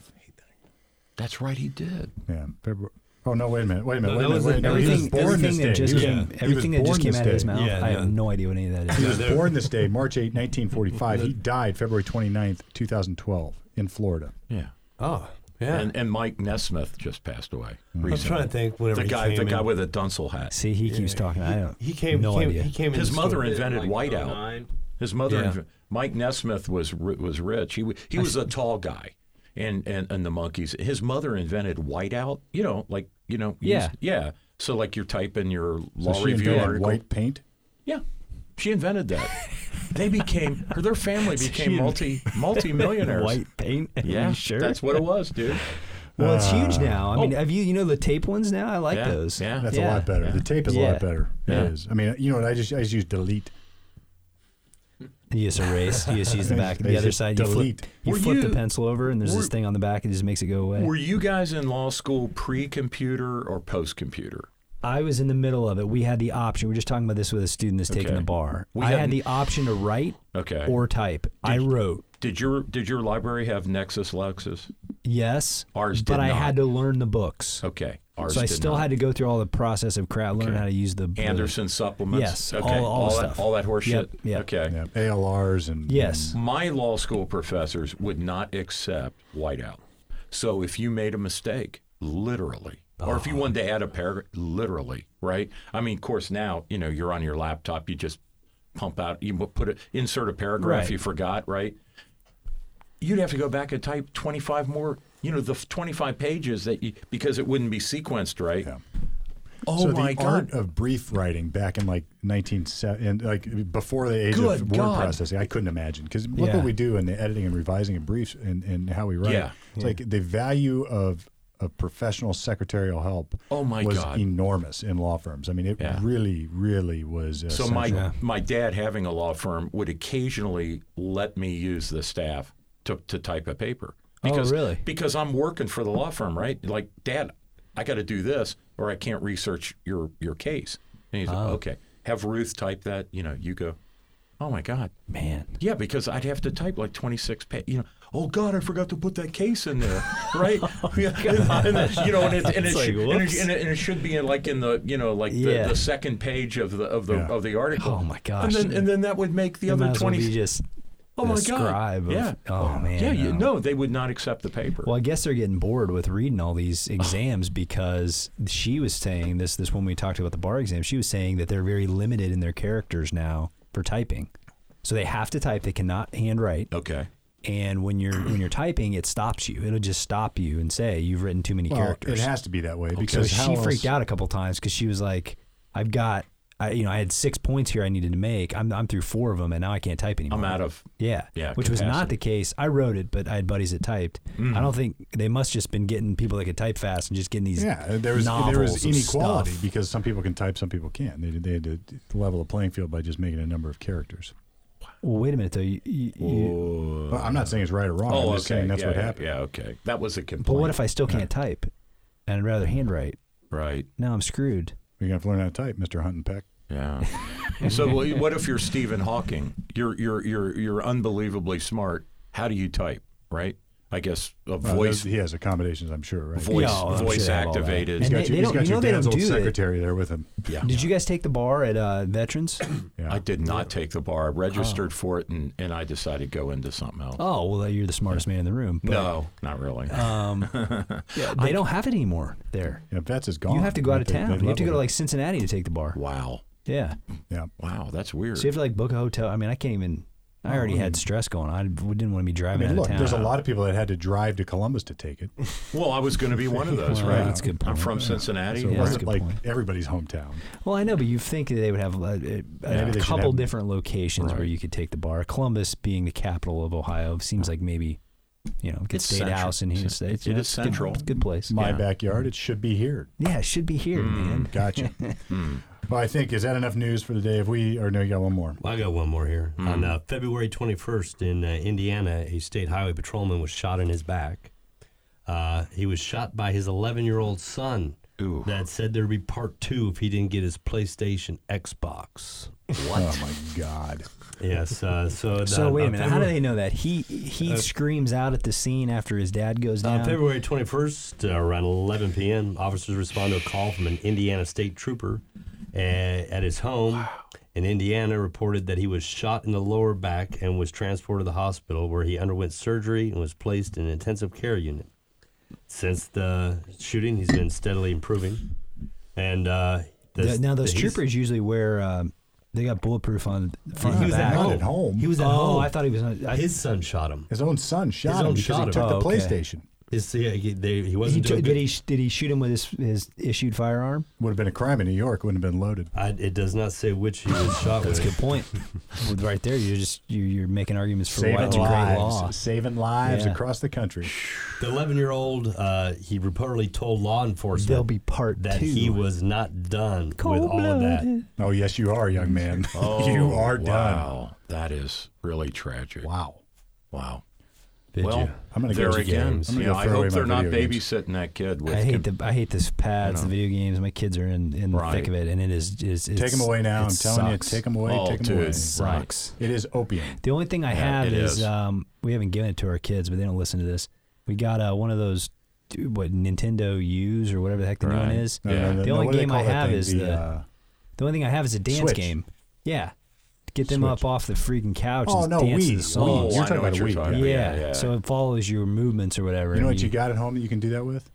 That's right. He did. Yeah, February. Oh no! Wait a minute! Wait a minute! No, wait a that minute! Wait a minute. He was it. was Everything, born everything this that day. He just was- came, he was everything that born just came this out of his day. mouth, Yeah, I have no. no idea what any (laughs) of that He is. was born this day, March 8, 1945. He died February 29th, 2012, in Florida. Yeah. Oh, yeah. And and Mike Nesmith just passed away Mm-hmm. I'm trying to recently. think whenever The he guy, came the guy in- with the Dunsil hat. See, he keeps talking. I don't. He came. No he came, idea. He came in His the mother store. invented Like uh, whiteout. 09. His mother, Yeah. inv- Mike Nesmith, was ri- was rich. He w- he was a tall guy, and, and and the monkeys. His mother invented whiteout. You know, like you know. you Yeah. s- yeah. So like you're typing your So law she review invented article. white paint. Yeah, she invented that. they became her. (laughs) Their family became multi multi millionaires. White paint. Are you Yeah, sure. that's what it was, (laughs) dude. well, it's huge now. I mean, oh. have you you know the tape ones now? I like Yeah, those. yeah. That's a Yeah. lot better. The tape is a Yeah. lot better. Yeah. It is. I mean, you know what? I just I just use delete. You just erase. You just (laughs) use the back, the Erase other it. side. You Delete. flip, you Were flip the you- pencil over, and there's were- this thing on the back. It just makes it go away. Were you guys in law school pre-computer or post-computer? I was in the middle of it. We had the option. We were just talking about this with a student that's taking Okay. the bar. We I had- had the option to write Okay. or type. I wrote Did your did your library have Nexus Lexus? yes, Ours did but I not. had to learn the books. Okay. Ours so I did still not. had to go through all the process of crap, learn Okay. how to use the the- Anderson supplements. Yes, Okay. all- all the that stuff. all that horseshit. Yep, yep. Okay. Yeah, ALRs and Yes, My law school professors would not accept whiteout. So if you made a mistake, literally, or if you wanted to add a paragraph, literally, right? I mean, of course, now you know you're on your laptop. You just pump out, you put it, insert a paragraph Right. you forgot, right? You'd have to go back and type 25 more, you know, the 25 pages that you because it wouldn't be sequenced, right? Oh so my the God. art of brief writing back in like 1970, and like before the age Good of word God. processing, I couldn't imagine. Because look Yeah. what we do in the editing and revising of briefs and, and how we write. Yeah. It's like the value of, of professional secretarial help Oh my was God. enormous in law firms. I mean, it Yeah. really, really was. So essential. my my dad, having a law firm, would occasionally let me use the staff to, to type a paper. Oh, really? Because I'm working for the law firm, right? Like, Dad, I got to do this, or I can't research your your case. And he's Oh. like, okay, have Ruth type that. You know, you go. Oh my God, Man. yeah, because I'd have to type like 26 pages. You know, oh God, I forgot to put that case (laughs) in there, right? Oh, yeah, and, then, you know, and it, and, it It's like, should, and, it, whoops. and, it, and it should be in like in the you know like the, Yeah. the second page of the of the Yeah. of the article. Oh, my gosh. And then and then that would make the other might as well 20. be just oh my the God. scribe of- yeah. oh, man, Yeah. You, no. no, they would not accept the paper. Well, I guess they're getting bored with reading all (sighs) these exams because she was saying this. This when we talked about the bar exam, she was saying that they're very limited in their characters now for typing. So they have to type; they cannot handwrite. okay. And when you're when you're typing, it stops you. It'll just stop you and say you've written too many Well, characters. It has to be that way so because how she else- freaked out a couple times because she was like, "I've got, I, you know, I had six points here I needed to make. I'm I'm through four of them, and now I can't type anymore. I'm out of. Yeah. Yeah, Which was not capacity. the case. I wrote it, but I had buddies that typed. I Mm. don't think they must just been getting people that could type fast and just getting these. Yeah, there was there novels was of inequality stuff. because some people can type, some people can't. They, they had to level the playing field by just making a number of characters. Well, wait a minute though. You, you, you, But I'm not saying it's right or wrong. oh, I'm okay. just saying that's yeah, what yeah, happened. Yeah. Okay. That was a complaint. but what if I still can't type, and I'd rather handwrite? Right. Now I'm screwed. You're gonna have to learn how to type, Mr. Hunt and Peck. (laughs) Yeah. so wh- what if you're Stephen Hawking? You're you're you're you're unbelievably smart. How do you type? Right? I guess a Uh, those- voice he has accommodations, I'm sure, right? voice Yeah, I'm sure voice they have all that. activated. He's got, And they- you, they he's don't- got you your know they dad's don't old do that. secretary there with him. yeah. Did you guys take the bar at uh, (clears throat) Veterans? Yeah. Oh. I did not take the bar. I registered for it, and, and I decided to go into something else. oh well, you're the smartest man in the room. But no, not really. Uh. they don't have it anymore there. yeah, Vets is gone. You have to go out of Oh, They- they town. You have to go to leveled like Cincinnati to take the bar. wow, Yeah. it. yeah. wow, that's weird. So you have to like book a hotel. I mean, I can't even. I already had stress going on. I didn't want to be I driving mean, out look, of town. there's a lot of people that had to drive to Columbus to take it. well, I was going to be one (laughs) of those, Wow. right? That's a good I'm point. from Cincinnati. So it Yeah, that's a wasn't good like point. everybody's hometown. Well, I know, but you think that they would have uh, a, a, they should couple have- different locations where Right. you could take the bar. Columbus being the capital of Ohio seems like maybe, you know, good It's state central. house in here. It's- It's, it yeah, is it's good- central. it's a good place. My Yeah. backyard. It should be here. yeah, it should be here, man. (laughs) Gotcha. Hmm. Well, I think is that enough news for today? If we or no, you got one more. Well, I got one more here. On uh, February 21st in uh, Indiana, a state highway patrolman was shot in his back. Uh, he was shot by his 11 year old son Ooh. that said there'd be part two if he didn't get his PlayStation Xbox. Oh my God! Yes. Uh, so the- So wait a on minute, how do February- they know that he he screams out at the scene after his dad goes On down? Uh, February 21st, uh, around 11 p.m., officers respond to a call from an Indiana state trooper uh, at his home in Indiana. Reported that he was shot in the lower back and was transported to the hospital, where he underwent surgery and was placed in an intensive care unit. Since the shooting, he's been steadily improving, and uh, Th- this- now those he's- troopers usually wear um, they got bulletproof on front He and was back. at Not home. at home. He was at oh, home. I thought he was. On, I, his son shot him. His own son shot own him because shot he him. took Oh, the okay. PlayStation. His, yeah, he, they, he he wasn't took, doing did good. he sh- did he shoot him with his his issued firearm? Would have been a crime in New York. Wouldn't have been loaded. I, it does not say which he was shot That's a with. good (laughs) point. Well, right there, you're just you're, you're making arguments for why it's a great law. lives, saving lives Yeah. across the country. The 11 year old, uh, he reportedly told law enforcement There'll be part that two. he was not done with all of that. Oh yes, you are, young man. (laughs) you are done. Oh, Wow, that is really tragic. Wow. Wow. Did well, you? I'm gonna go there to again. games. I'm you gonna know, go I throw away hope my they're not video games. babysitting that kid with. I hate com- the I hate this pads, the video games. My kids are in in the thick Right. of it, and it is is it's, Take them away now. it I'm telling you, sucks. take them away. Oh, take them dude, away. it sucks. It is opium. The only thing I Yeah, have it is, is. um, we haven't given it to our kids, but they don't listen to this. We got uh, one of those, dude, what Nintendo U's or whatever the heck the new one Right. is. No, Yeah. no, no, The no, only what do they game call I that have thing? is the, the- uh, The only thing I have is a dance Switch. game. Yeah, get them Switch. up off the freaking couch Oh, and no, dance to Wii. the Oh, songs. You're I talking about know what a you're week, talking yeah. about. yeah. so it follows your movements or whatever. you know and what you got at home that you can do that with?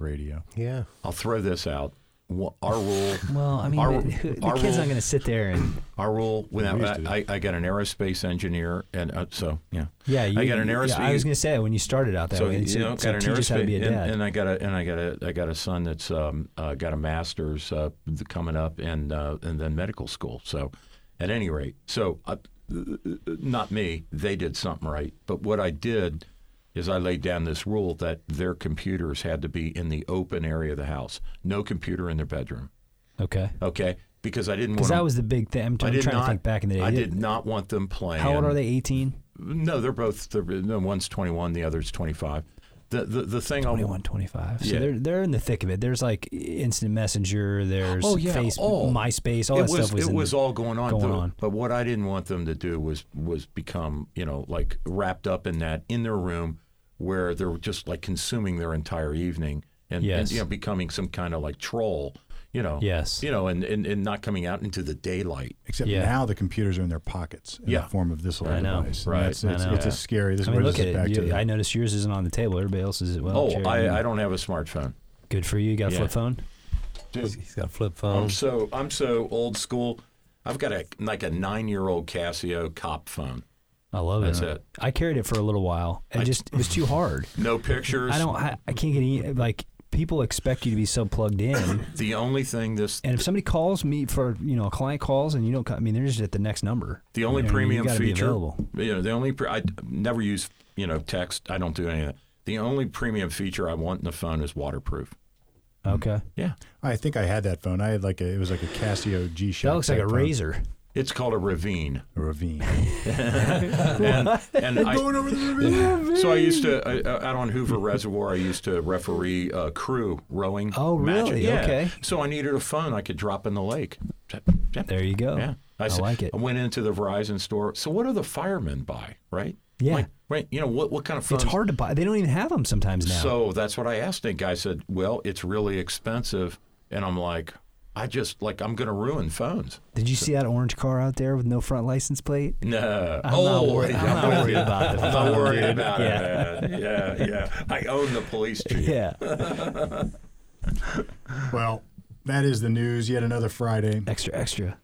Radio. Yeah. I'll throw this out. wh- our rule. Well, I mean, our, but who, the our kid's rule, not going to sit there and Our (laughs) rule. Without, used to I, I got an aerospace engineer, and uh, so yeah, yeah. You, (laughs) I got an aerospace. Yeah, I was going to say when you started out that so way. you so- know, so got an teach us how to be a aerospace- and- dad. And, I got a and I got a I got a son that's um, uh, got a master's uh, th- coming up and uh, and then medical school. So, at any rate, so uh, not me. They did something right. But what I did is I laid down this rule that their computers had to be in the open area of the house. No computer in their bedroom. okay, Okay, because I didn't want. because that them- was the big thing. I'm, uh, I I'm did trying not, to think back in the day. I did not want them playing. How old are they? 18, No, they're both. They're, no, one's 21, the other's 25. The the, the thing I 21, 25. So Yeah. they're they're in the thick of it. There's like instant messenger. There's Oh, yeah, Facebook, all. MySpace. All that it was, stuff was it in was the, all going on. going though. on. But what I didn't want them to do was was become you know like wrapped up in that in their room where they're just like consuming their entire evening and, and, Yes. you know becoming some kind of like troll. You know. Yes. You know, and, and, and not coming out into the daylight. Except Yeah. now the computers are in their pockets in Yeah. the form of this little I know. device. Right. It's, it's, I know. it's a scary. This I mean, brings look at us back it. to You, the, I noticed yours isn't on the table. Everybody else's is well. oh, I, I don't have a smartphone. Good for you. You got a Yeah. flip phone. Dude, He's got a flip I'm Um, phone. so I'm so old school. I've got a like a nine year old Casio cop phone. I love That's it. it. I carried it for a little while. It I- just it was too hard. (laughs) No pictures. I don't. I, I can't get any. Like people expect you to be so plugged (coughs) in. The only thing this And if somebody calls me for you know a client calls and you don't, co- I mean they're just at the next number. The only You know, premium you gotta Be feature, available. you know, the only pre- I d- never use, you know, text. I don't do any of that. The only premium feature I want in the phone is waterproof. Mm-hmm. Okay. Yeah, I think I had that phone. I had like a. It was like a Casio G Shock. That looks like a razor. it's called a (laughs) ravine. Ravine. (laughs) And, and I, going over the ravine. So I used to I, I- out on Hoover Reservoir. I used to referee uh, crew rowing. Oh, matches. really? Yeah. Okay. So I needed a phone I could drop in the lake. There you go. Yeah, I, s- like it. I went into the Verizon store. So what do the firemen buy? Right. Yeah. Like, right. You know what? What kind of phone? It's hard to buy. They don't even have them sometimes now. So that's what I asked that guy. I said, "Well, it's really expensive," and I'm like, "I just like I'm going to ruin phones." Did you see that orange car out there with no front license plate? No, Oh, I'm not worried. I'm not worried about the I'm not phone, worried dude. about it. man. Yeah, yeah. I own the police chief. Yeah. well, that is the news. Yet another Friday. extra, extra.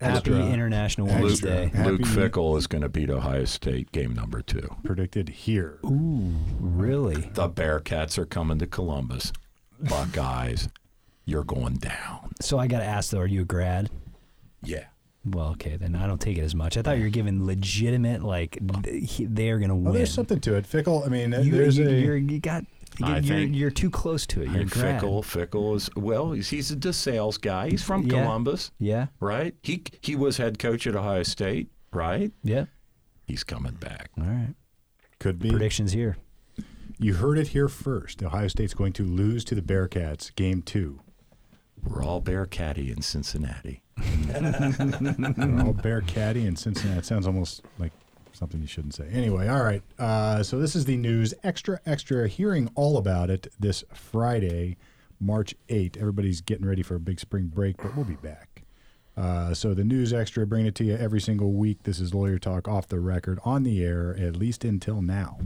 Extra. Happy International Women's Extra. Day. Happy- Luke Fickle is going to beat Ohio State game number two. Predicted here. Really? The Bearcats are coming to Columbus. Buckeyes, you're going down. So I got to ask though, are you a grad? Yeah. Well, okay, then I don't take it as much. I thought you were giving legitimate, like th- he- they are going to win. Well, there's something to it. Fickle. I mean, you, there's you, a. you're, you got. You're, I you're, think- you're too close to it. You're a And grad. Fickle, Fickle is well. He's, he's a DeSales guy. He's from Yeah. Columbus. Yeah. right? He he was head coach at Ohio State, right? Yeah. He's coming back. All right. could be. Predictions here. You heard it here first. Ohio State's going to lose to the Bearcats game two. We're all Bearcatty in Cincinnati. They're all Bearcatty and Cincinnati. It sounds almost like something you shouldn't say. Anyway, all right. Uh, so this is the news. Extra, extra. Hearing all about it this Friday, March 8th. Everybody's getting ready for a big spring break, but we'll be back. Uh, so the news extra, bringing it to you every single week. This is Lawyer Talk off the record, on the air, at least until now.